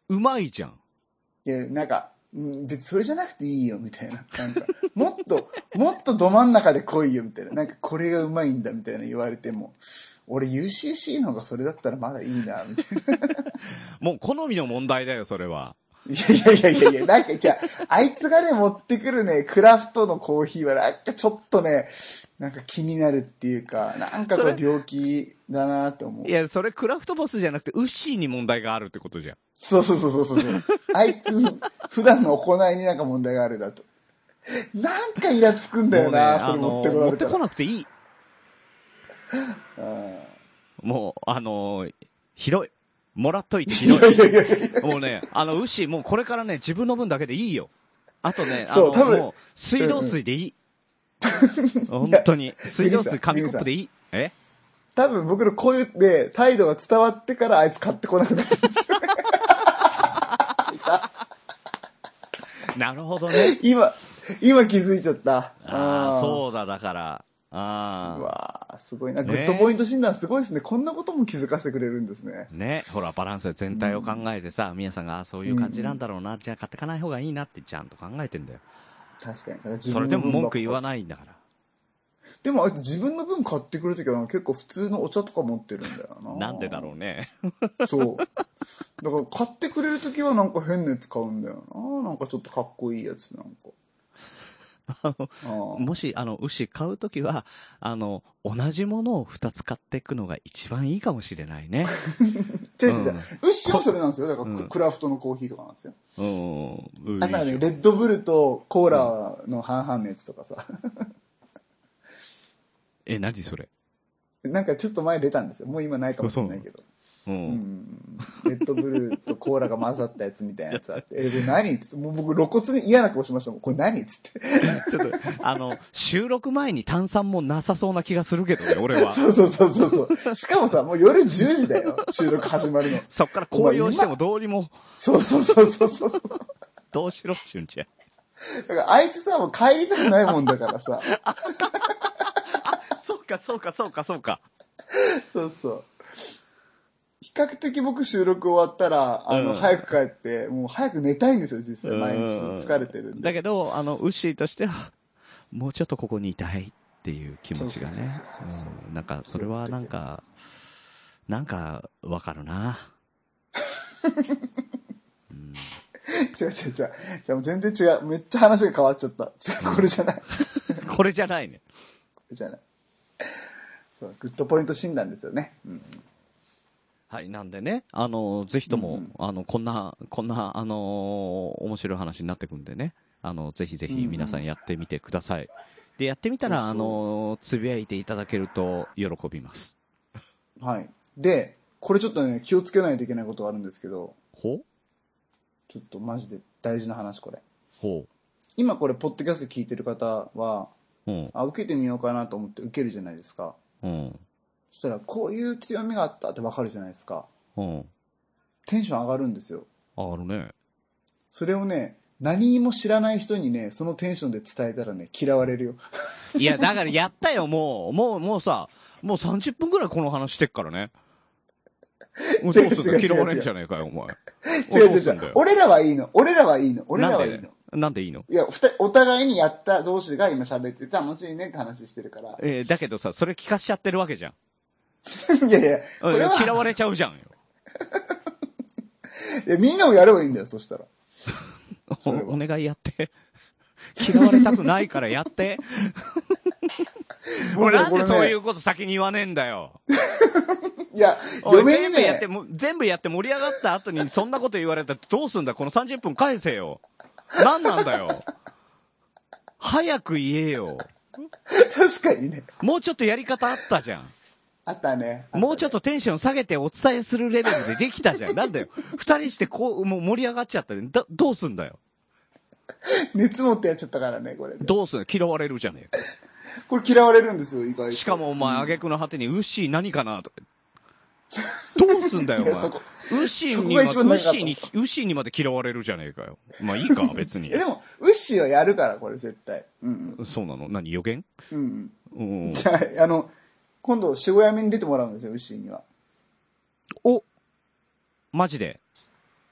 うまいじゃん。いや、なんか、うん、別にそれじゃなくていいよ、みたいな。なんか、もっと、 (laughs) もっとど真ん中で来いよ、みたいな。なんか、これがうまいんだ、みたいな言われても、俺 UCC の方がそれだったらまだいいな、みたいな。もう好みの問題だよ、それは。いやいやいやいやいや、なんか、じゃあ、あいつがね、持ってくるね、クラフトのコーヒーは、なんかちょっとね、なんか気になるっていうか、なんかこそれれ病気だなって思うい。や、それクラフトボスじゃなくて、ウッシーに問題があるってことじゃん。そうそうそうそうそう。あいつ、普段の行いになんか問題があるだと。なんかイラつくんだよな、それも持っうてねこら持れってたこら。なくていい。うんもう、あのーひどい。もらっといてひいどやいい。やいやいやもうね、あの、ウッシー、もうこれからね、自分の分だけでいいよ。あとね、あそうの、多分もう、水道水でいい。本当に。水道水、紙コップでいい。え多分僕のこういうね、態度が伝わってからあいつ買ってこなくなったんですよ。なるほどね。今、今気づいちゃった。ああ、う。そうだ、だから。あうあ。わーすごいな。ねグッドポイント診断すごいですね。こんなことも気づかせてくれるんですね。ね、ほら、バランスで全体を考えてさ、みやさんが、あそういう感じなんだろうな、じゃあ買ってかない方がいいなってちゃんと考えてんだよ。確かに。だから自そ分れでの分も文句言ばっわかないんだから。でもあいつ自分の分買ってくるときは結構普通のお茶とか持ってるんだよな。なんでだろうね。そう。だから買ってくれるときはなんか変なやつ買うんだよな。なんかちょっとかっこいいやつなんか。あのあーもし、あの、牛買うときは、あの、同じものを2つ買っていくのが一番いいかもしれない (laughs) ね。違う違う違ううん。ウッシーもそれなんですよ。だからク,、うんクラフトのコーヒーとかなんですよ。うん。うんあとはね、レッドブルとコーラの半々のやつとかさ。え、何それなんかちょっと前出たんですよ。もう今ないかもしれないけど。う。うんん。レッドブルーとコーラが混ざったやつみ (laughs) たいなやつあって、え、これ何っつって、もう僕露骨に嫌な顔しましたもん。これ何っつって。 (laughs) ちょっと、あの、収録前に炭酸もなさ (laughs) そうな気がするけどね、俺は。 (laughs) そうそうそうそうそう。しかもさ、もう夜10時だ (laughs) よ。収録始まるの。そっから紅葉してもどうにも、そうそうそうそうそう。どうしろっちゅうんちゃう。だからあいつさ、もう帰りたくないもんだからさ。そうか、そうか、そうか、そうか。そうそう。比較的僕収録終わったら、あの、うん早く帰って、もう早く寝たいんですよ、実際。うん毎日疲れてるんだで。けど、あの、ウッシーとしては、もうちょっとここにいたいっていう気持ちがねそうそうそうそう。うんなんか、それはなんか、なんか、わかる (laughs) な。うん (laughs) 違う違う違う。じゃあもう全然違う。めっちゃ話が変わっちゃった。違う、これじゃない。ここれじゃないね。れじゃない。そう、グッドポイント診断ですよね。うん。はい、なんでね、あの、ぜひとも、うんあの、こんな、こんな、あの面白い話になってくんでね、あの、ぜひぜひ皆さんやってみてください。で、やってみたら、あの、つぶやいていただけると喜びます。はい。で、これちょっとね、気をつけないといけないことがあるんですけど、ほちょっとマジで大事な話これ。ほ今これ、ポッドキャスト聞いてる方は、う。うん、あ、受けてみようかなと思って受けるじゃないですか。うん、そしたら、こういう強みがあったってわかるじゃないですか。うん。テンション上がるんですよ。ああるね。それをね、何も知らない人にね、そのテンションで伝えたらね、嫌われるよ。いや、だからやったよ、もう。もう、もうさ、もう30分ぐらいこの話してっからね。もうどうすんだ違う違う違う違う嫌われんじゃねえかよ、お前。違うど違うす違んだうよ。俺らはいいの。俺らはいいの。俺らはいいなんの。でなんでいいのいや、ふたお互いにやった同士が今喋ってて楽しいねって話してるから。 (laughs) えーだけどさ、それ聞かしちゃってるわけじゃん。いやいや、これは、嫌われちゃうじゃんよ。いやみんなもやればいいんだよ、そしたら。お (laughs) それはお願いやって。 (laughs) 嫌われたくないからやって。もう俺ねなんこでれねそういうこと先に言わねえんだ (laughs) よ。いや、おい嫁全に部やっねて、、も全部やって盛り上がった後にそんなこと言われたらどうすんだこの30分返せよ。何なんだよ。 (laughs) 早く言えよ。 (laughs) 確かにね、もうちょっとやり方あったじゃん。あったね。もうちょっと。とテンション下げてお伝えするレベルでできたじゃん。なんだよ。二人してこう、もう盛り上がっちゃったね。だ、どうすんだよ。熱持ってやっちゃったからね、これね。どうすんだ嫌われるじゃねえか。これ嫌われるんですよ、意外と。しかもお前、挙句の果てに、ウッシー何かなとか。どうすんだよ、おい前。やそこウッシーそこにがは、ウ一番ッ長かったシーに、ウッシーにまで嫌われるじゃねえかよ。まあいい (laughs) か、別にえ、。でも、ウッシーはやるから、これ絶対。うんそうなの何予言うん。ううんんうん。。じゃあ、あの、今度、しごやめに出てもらうんですよ、ウッシーには。おマジで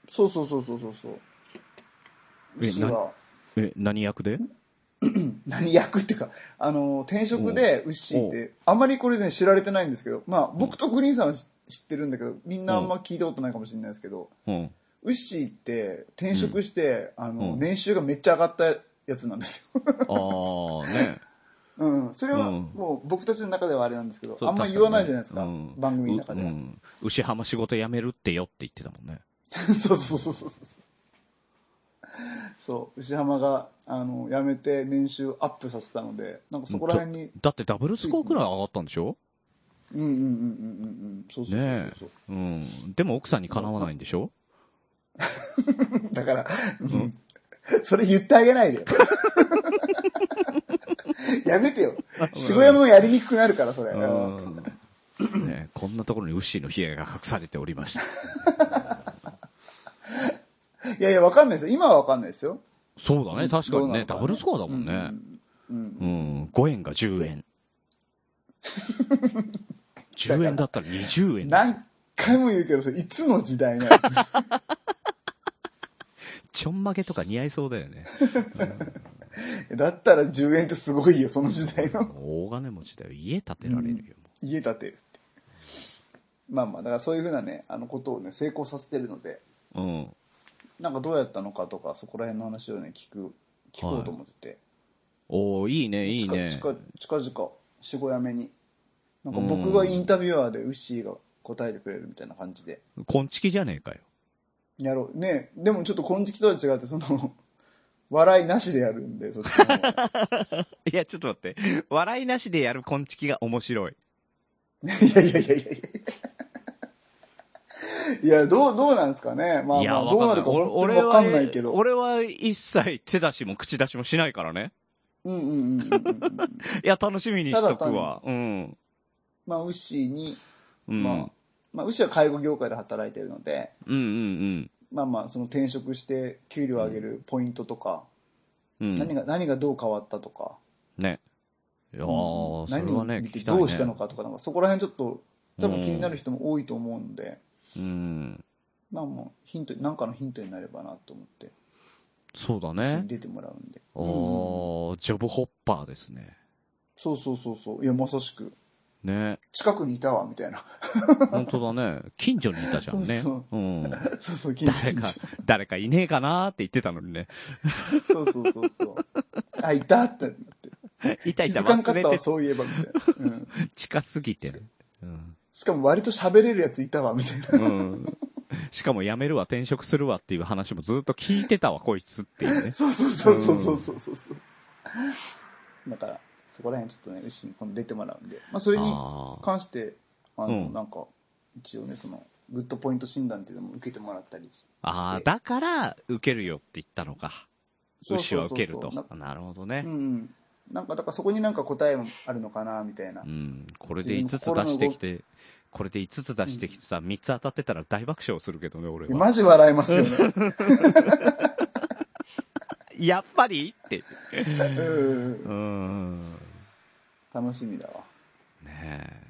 そうそうそうそうそうそう。ウえッシーは、え、何役で (clears throat) 何役っていうか、あの、転職でウッシーって、あんまりこれね、知られてないんですけど、まあ、僕とグリーンさんは知知ってるんだけど、みんなあんま聞いたことないかもしれないですけど、うん。ウッシーって転職して、あの、うん年収がめっちゃ上がったやつなんですよ。 (laughs) ああ、ね。うん。それは、うんもう僕たちの中ではあれなんですけど、そう (laughs) あんま言わないじゃないですか、確にねうん番組の中では。ううん牛浜仕事辞めるってよって言ってたもんね。 (laughs) そうそうそうそうそう。そう、牛浜が、あの、辞めて年収アップさせたので、なんかそこら辺に、だってダブルスコアくらい上がったんでしょうんうんうんうんうんうん、そうそうそうそううん。でも奥さんにかなわないんでしょだから、うん (laughs) それ言ってあげないでよ。 (laughs) やめてよ。四五山もやりにくくなるから、それ。うんうんね、こんなところにウッシーの冷えが隠されておりました。いやいや、わかんないですよ。今はわかんないですよ。そうだね、確かどうになのね、ダブルスコアだもんね。ううん。うんん、5円が10円。10円だったら20円だ。何回も言うけど、それいつの時代なの (laughs) ちょんまげとか似合いそうだよね。だったら10円ってすごいよ、その時代の。大金持ちだよ。家建てられるよ。家建てるって。まあまあ、だからそういうふうなね、あのことをね、成功させてるので、うん。なんかどうやったのかとか、そこら辺の話をね、聞く、聞こうと思ってて。おーいいね、いいね。近近々近々四五やめになんか僕がインタビュアーでウッシーが答えてくれるみたいな感じでこんちきじゃねえかよ。やろうねでもちょっと金色とは違ってその (laughs) 笑いなしでやるんでそっちの方はいや、ちょっと待って。笑いなしでやるこんちきが面白い。いやいやいやいやいやいや、どう、どうなんですかね。まあ、いや、まあ、わどうかななんるい。か俺本当俺には、わかんないけど。俺は一切手出しも口出しもしないからね。うんうんうんうんうんうん。いや、楽しみにしとくわ。うん。まあ、ウッシーに、うん。まあ、まあ、ウッシーは介護業界で働いてるので、うんうんまあまあ、その転職して給料上げるポイントとか、うん。うん。何が、何がどう変わったとか、ね。いやー、うんそれはね、何を見聞てきたい、ね。どうしたのかとか、なんかそこら辺ちょっと、多分気になる。る人も多いと思うので、うん。まあまあ、ヒント、なんかのヒントになればなと思って、そうだウッシーねに。出てもらうんで。うんおー、ジョブホッパーですね。そうそうそうそう。いや、まさしく、ね。近くにいたわ、みたいな。 (laughs) 本当だね。近所にいたじゃんね。そううん。そうそう、緊誰張か、誰かいねえかなーって言ってたのにね。そうそうそうそう。あ、い (laughs) たってなって。いたい (laughs) 気たづかなか忘っれたわ、て、そういえば、みたいな。うん。近すぎてね。うん。しかも割と喋れるやついたわ、みたいな。うん。しかも辞めるわ、転職するわっていう話もずっと聞いてたわ、こいつって (laughs) いうね。そうそうそうそうそうそうそう。だから、そこら辺ちょっとね、牛に今度出てもらうんで。まあ、それにあー関して、あの、うんなんか、一応ね、その、グッドポイント診断っていうのも受けてもらったりして。あー、だから、受けるよって言ったのか。そう牛そはうそうそう受けるとな。なるほどうねん。うん。なんか、だからそこになんか答えもあるのかな、みたいなう。ん。これで5つ出してきて、これで5つ出してきてさ、3つ当たってたら大爆笑するけどね、俺えは。マジ笑えますよね。やっぱりって。うんう。ん。楽しみだわ。ねえ。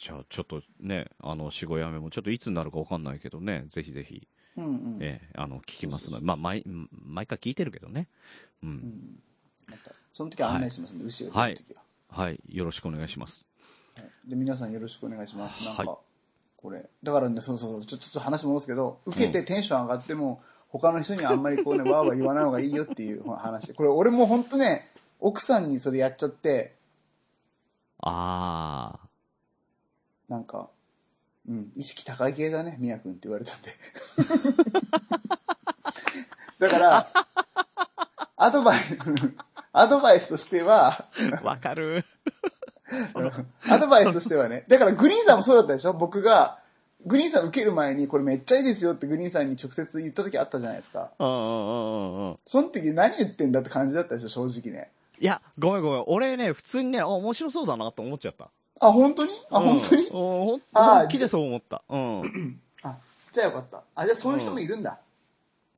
じゃあ、ちょっとね、あの、死後やめも、ちょっといつになるかわかんないけどね、ぜひぜひ、うんうん。ええ、あの、聞きますのそうそうで、そうまあ、毎、毎回聞いてるけどね。う。うんん。また、その時は案内しますんで、牛が出る時は。はい、よろしくお願いします。はいで皆さんよろしくお願いします。なんか、はこれ。だからね、そうそうそう、ちょちょっと話戻すけど、受けてテンション上がっても、他の人にあんまりこうね、わーわー言わない方がいいよっていう話。これ俺も本当ね、奥さんにそれやっちゃって、ああ。なんか、うん、意識高い系だね、みやくんって言われたんで。だから、アドバイス、アドバイスとしては、わかる。 (laughs) アドバイスとしてはね。だからグリーンさんもそうだったでしょ僕が、グリーンさん受ける前にこれめっちゃいいですよってグリーンさんに直接言った時あったじゃないですか。うんうんうんうんうん。その時何言ってんだって感じだったでしょ正直ね。いや、ごめんごめん。俺ね、普通にね、あ面白そうだなと思っちゃった。あ、本当にあ、うん本当にうんほんあー本気でそう思った。うん。あ、じゃあよかった。あ、じゃあそういう人もいるんだ。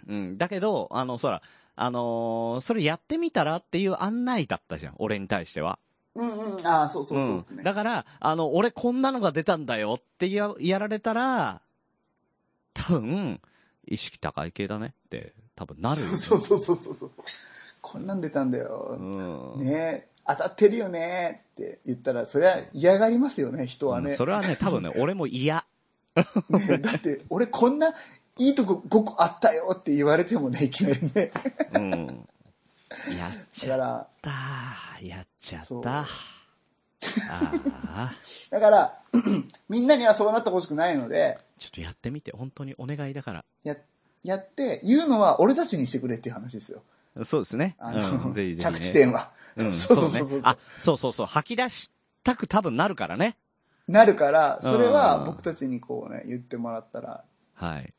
うん。だけど、あの、そら、あのーそれやってみたらっていう案内だったじゃん。俺に対しては。うんうん。あ、そうそうそうですんね。だから、あの、俺こんなのが出たんだよってややられたら、多分、意識高い系だねって、多分なるよ。そうそうそうそうそうそう。こんなん出たんだよ。うん。ねえ、当たってるよねって言ったら、そりゃ嫌がりますよね、人はうんねそ。れはね、多 (laughs) 分ね、俺も嫌。ねだって、俺こんないいとこ5個あったよって言われてもね、いきなりね。うん。やっだちゃかっら、た。やっちゃっそうた。ああ。だから、 (clears throat) みんなにはそうなってほしくないので、ちょっとやってみて。本当にお願いだから。や、やって、言うのは俺たちにしてくれっていう話ですよ。そうですね。あの、うん、ぜひぜひ、ね。着地点は。うん、そうそそううねそうそう。あ、そうそうそう。吐き出したく多分なるからね。なるから、それうはん僕たちにこうね、言ってもらったらはい。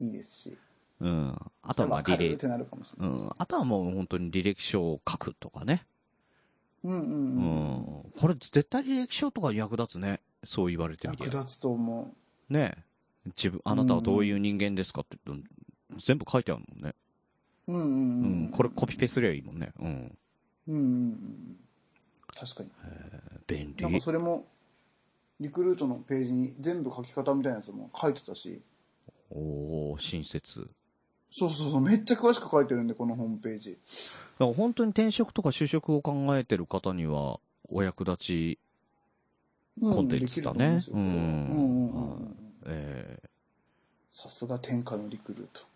いいですし。うん。あとはまあ、分かリレるっー。てなるかもしれうないですんね。。あとはもう本当に履歴書を書くとかね。うんううんうん。。これ絶対履歴書とかに役立つね。そう言われてみ役て。立つと思ねえ自分、あなたはどういう人間ですかって、全部書いてあるもんね。う。うんううんうんん。。これコピペすりゃいいもんね。うん。うんうんうん。確かに。便なんか利。それも、リクルートのページに全部書き方みたいなやつも書いてたし、おー、親切。そうそうそう、めっちゃ詳しく書いてるんで、このホームページ。だから本当に転職とか就職を考えてる方には、お役立ち、うんコンテンツだねできると思いますようんうんうんうんうはいんえー、さすが天下のリクルート。や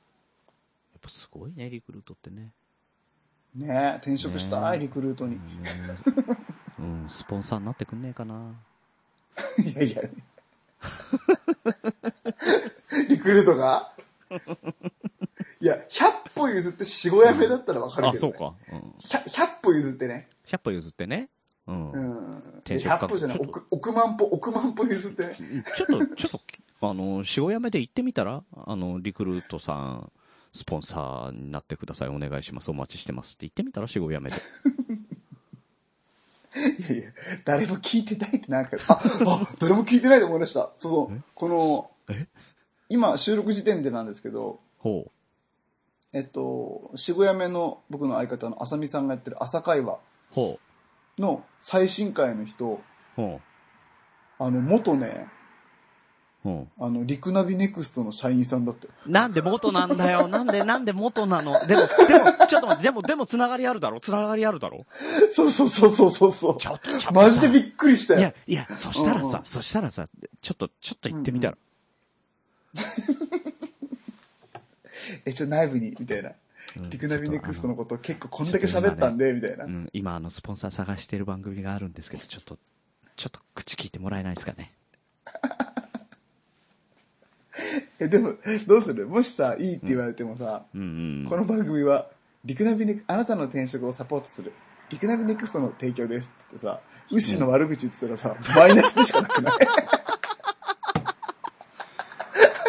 っぱすごいね、リクルートってね。ねえ、転職したい、ねえリクルートに。うん、スポンサーになってくんねえかな。 (laughs) いやいや。リクルートがいや、100歩譲って4、5やめだったらわかるあ、けど、そうね。か。うん。 100, 100歩譲ってね。 100歩譲ってね。うん。うん。で転職か100歩じゃない、ちょっと億億万歩、億万歩譲ってね。ちょっと、ちょっと、あの、塩やめで行ってみたら、あの、リクルートさん、スポンサーになってください。お願いします。お待ちしてます。って言ってみたら、塩やめで。いやいや、誰も聞いてないってなんか、あ、あ、誰も聞いてないと思いました。そうそうえ。このえ、今収録時点でなんですけど、ほえっと、渋谷目の僕の相方の浅見さんがやってる朝会話う。ほう。の最新回の人、ほあの、元ね、う。ほあの、リクナビネクストの社員さんだって。う。なんで元なんだ (laughs) よ。なんで、なんで元なの。でも、でも、ちょっと待って、でも、でも、つながりあるだろ。つながりあるだろ。 (laughs) そうそうそうそうそうそう。ちょっと、ちょっと。マジでびっくりしたいよや。、いや、そしたらうんうさん、そしたらさ、ちょっと、ちょっと行ってみたら。え、ちょ、内部に、みたいな。うんリクナビネクストのこと結構こんんだだけけ喋喋っったたんんで、みたいなう。ん、今、あの、スポンサー探してる番組があるんですけど、ちょっと、ちょっと口聞いてもらえないですかね。え、でも、どうするもしさ、いいって言われてもさ、うんうん。この番組は、リクナビネク、あなたの転職をサポートする、リクナビネクストの提供ですって言ってさ、ウッシーの悪口言ってたらさ、マイナスでしかなくない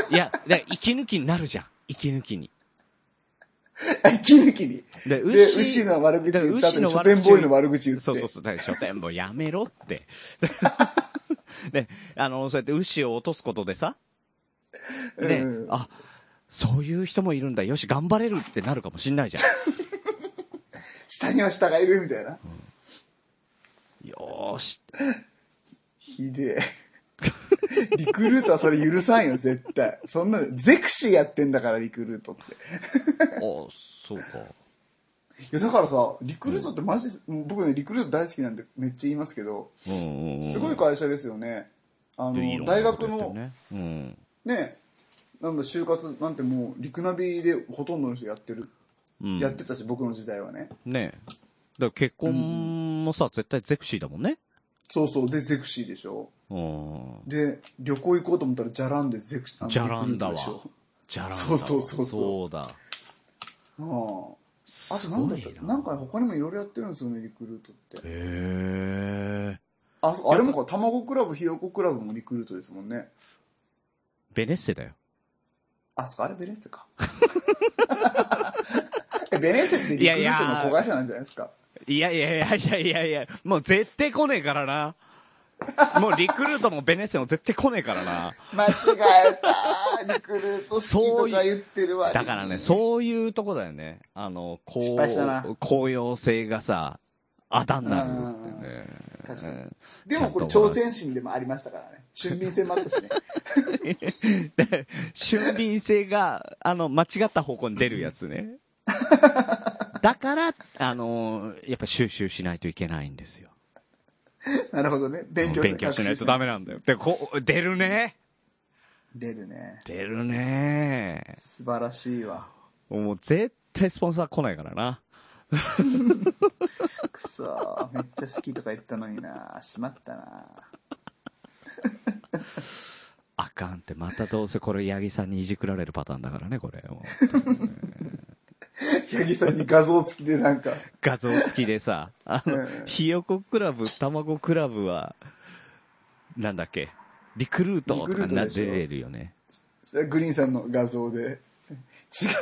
いや、で息抜きになるじゃん。息抜きに。 (laughs) 息抜きに。で、で、ウ牛ッシーの悪口言った後にだ書からウッシーの悪口店ボーイの悪口言って。そうそうそう。だから書店もやめろ (laughs) って。で、あの、そうやって牛を落とすことでさ、ね、うんあ、そういう人もいるんだ。よし、頑張れるってなるかもしんないじゃ下には下がいる、みたいな。ん。よーし。ひで (laughs) え。リクルートはそれ許さんよ、絶対。そんな、ゼクシーやってんだから、リクルートって。あ、そうか。いや、だからさ、リクルートってマジ、僕ね、リクルート大好きなんでめっちゃ言いますけど、うんうんうん。すごい会社ですよね。あでいの、ろん大なこ学とやってるの、ね。うん。ね、なんだ、就活なんてもう、リクナビでほとんどの人やってる、うん、やってたし、僕の時代はね。ねだから結婚もさ、絶対ゼクシーだもんね。そうそう、で、ゼクシーでしょ。うん。で、旅行行こうと思ったら、じゃらんでゼクシー、あのじゃらんだわリクルートでしじゃらんだわそうそうそうそうそうだ。ょ。ああ。あとすなんごだっいけな。なんか他にもいろいろやってるんですよね、リクルートって。へえ。あ、そう、あれもか、卵クラブ、ひよこクラブもリクルートですもんね。ベネッセだよ。あ、そっか、あれベネッ (laughs) セか。えベネッセってリクルートの子会社なんじゃないですか。いやいやいやいやいやいや、もう絶対来ねえからな。もうリクルートもベネッセも絶対来ねえからな。間違えた。リクルート好きとか言ってるわ。だからね、そういうとこだよね。あの、こ失敗したなう、高揚性がさ、あだになるってね。確かに。うんでもこれちゃんと挑戦心でもありましたからね。俊敏性もあったしね。で俊敏性が、あの、間違った方向に出るやつ (laughs) ね。だから、あの、やっぱ収集しないといけないんですよ。なるほどね。勉強勉強しないとダメなんだよ。。で、こう、出るね。出るね。出るね。素晴らしいわ。もう絶対スポンサー来ないからな。くそー。めっちゃ好きとか言ったのにな。しまったな。あかんって、またどうせこれ、八木さんにいじくられるパターンだからね、これ。も (laughs) う八木さんに画像付きでなんか。画像付きでさ、あうの、んひよこクラブ、たまごクラブは、なんだっけ、リクルートリとクルかートなでしょ出てるよね。グリーンさんの画像で、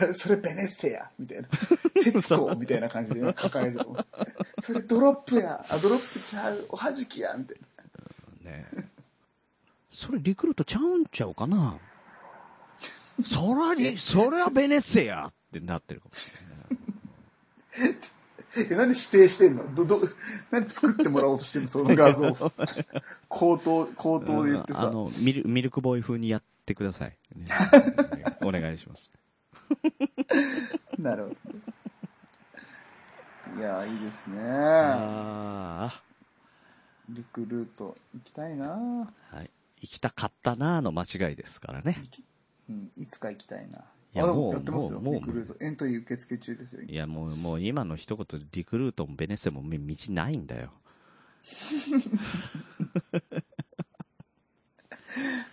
違う、それベネッセや、みたいな。節子みたいな感じで書かれると思う。それドロップや、あ、ドロップちゃう、おはじきや、みたいな。ねそれリクルートちゃうんちゃうかなそらり、そりゃベネッセやってなってるかもしれない。え、なんで指定してんのど、ど、なんで作ってもらおうとしてんのその画像。口頭、口頭で言ってあさ。のミル、ミルクボーイ風にやってください。 (laughs) ねお願いします。なるほど。いや、いいですね。あリクルート行きたいなあ、はい。行きたかったなーの間違いですからね。うん、いつか行きたいな。いやあ、でももうやってますよ。もうもリうクルート。エントリー受付中ですよ。いや、もう、もう今の一言、リクルートもベネッセもみ道ないんだよ。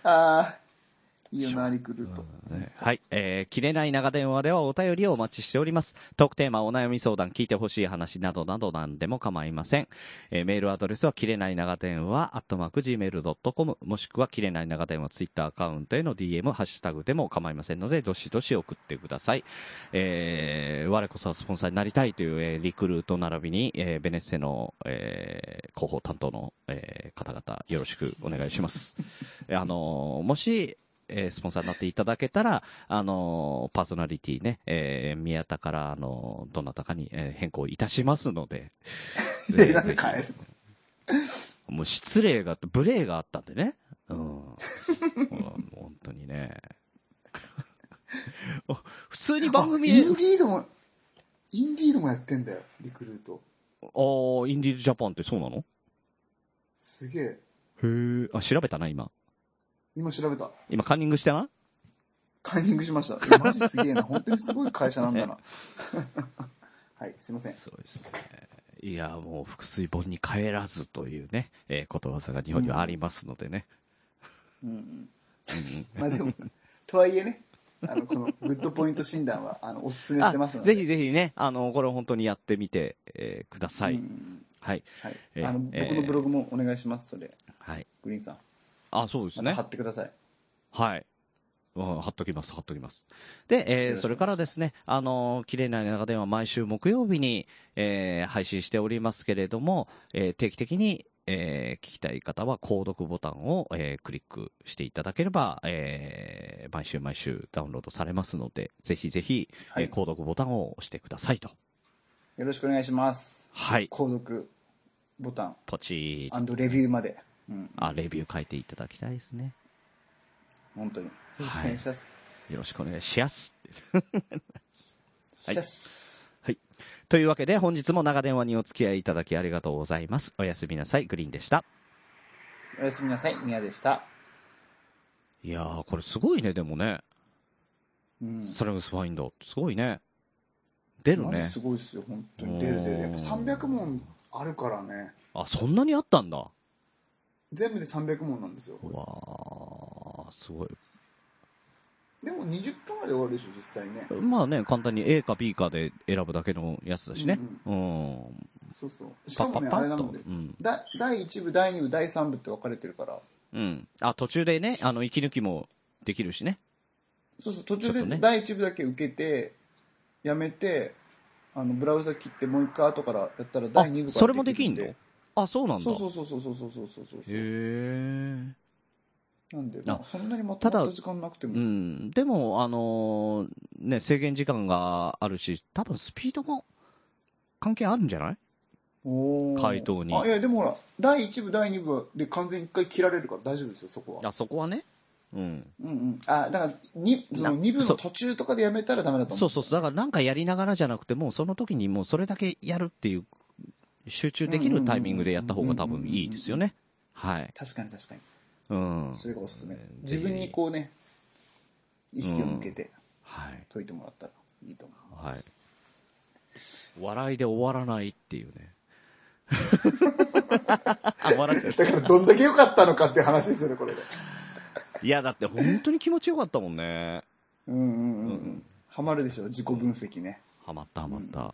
ああ、いいよな、リクルート。はい。えー切れない長電話ではお便りをお待ちしております。特テーマ、お悩み相談、聞いてほしい話などなど何でも構いません。えーメールアドレスは、切れない長電話、アットマーク、gmail.com、もしくは、切れない長電話、ツイッターアカウントへの DM、ハッシュタグでも構いませんので、どしどし送ってください。えー我こそはスポンサーになりたいという、えーリクルート並びに、えーベネッセの、えー広報担当の、えー方々、よろしくお願いします。えーあのーもし、えースポンサーになっていただけたら、あのーパーソナリティね、えー宮田から、あのーどなたかに、えー変更いたしますの (laughs) で。えなんで変えるもう失礼があって、無礼があったんでね。うん。もう本当にね。 (laughs) お普通に番組あでインディードも、インディードもやってんだよ、リクルート。ああ、インディーズジャパンってそうなのすげえ。へえ。あ、調べたな、今。今調べた。今、カンニングしてなカンニングしました。いやマジ (laughs) すげえな。本当にすごい会社なんだな。 (laughs) はい、すいません。そうですね。いや、もう、複水本に帰らずというね、えーことわざが日本にはありますのでね。うんうん。うん (laughs) まあで (laughs) も、とはいえね、あの、このグッドポイント診断は、あの、おすすめしてますので。ぜひぜひね、あの、これ本当にやってみて、えーください。うんうんはい。はい。えーあの、えー僕のブログもお願いします、それ。はい。グリーンさん。あ、そうですまたね貼。ってください。はい。うん貼っときます、貼っときます。で、えーよろしくそれからですね、あのー、綺麗な中電話毎週木曜日に、えー配信しておりますけれども、えー定期的に、えー聞きたい方は、購読ボタンを、えークリックしていただければ、えー毎週毎週ダウンロードされますので、ぜひぜひ、はいえー購読ボタンを押してくださいと。よろしくお願いします。はい。購読ボタンポチーン。レビューまで。うん。あ、レビュー書いていただきたいですね。本当に。よろしくお願いします。よろしくお願いします。シャスというわけで、本日も長電話にお付き合いいただきありがとうございます。おやすみなさい。グリーンでした。おやすみなさい。宮でした。いやー、これすごいね、でもね。うん。スラムスファインド。すごいね。出るマジねす。ごいですよ、本当に。出る出る。やっぱ300問あるからね。あ、そんなにあったんだ。わ全部で300問なんですよ。ー、すごい。でも20分まで終わるでしょ、実際ね。まあね、簡単に A か B かで選ぶだけのやつだしね。うん。そうそう。しパかッパもね、ッパあれッなと。のでう、ん。だ第1部、第2部、第3部って分かれてるから、うん。あ、途中でね、あの、息抜きもできるしね。そうそう、途中ちょっとねで第1部だけ受けて、やめて、あの、ブラウザ切ってもう一回後からやったらあ第2部から、それもできんのあ、そうなんだ。。そうそううそうそうそうそうそうそうそう。へー。なんで、あまあ、そんなにまとまった時間なくても。うん、でも、あのーね、制限時間があるし、多分スピードも関係あるんじゃないおー回答にあ、いや、でもほら、第1部、第2部で完全に1回切られるから大丈夫ですよ、そこは。あそこはね。うん。うんうん。あ、だから、にそなの2部そのう途中とかでやめたらダメだと思。そううそうそう。だからなんかやりながらじゃなくて、もうその時にもうそれだけやるっていう、集中できるタイミングでやった方が多分いいですよね。はい。確かに確かに。うん。それがおすすめぜ。ひ自分にこうね、意識を向けてはい。解いてもらったらいいと思いまはいす。。笑いで終わらないっていうね。あ、 (laughs) 笑ってる。だから、 (laughs) どんだけ良かったのかっていう話ですよね、これで。いや、だって本当に気持ちよかったもんね。うんうんうんううんん。ハマるでしょ、自己分析ね。はまったはまった。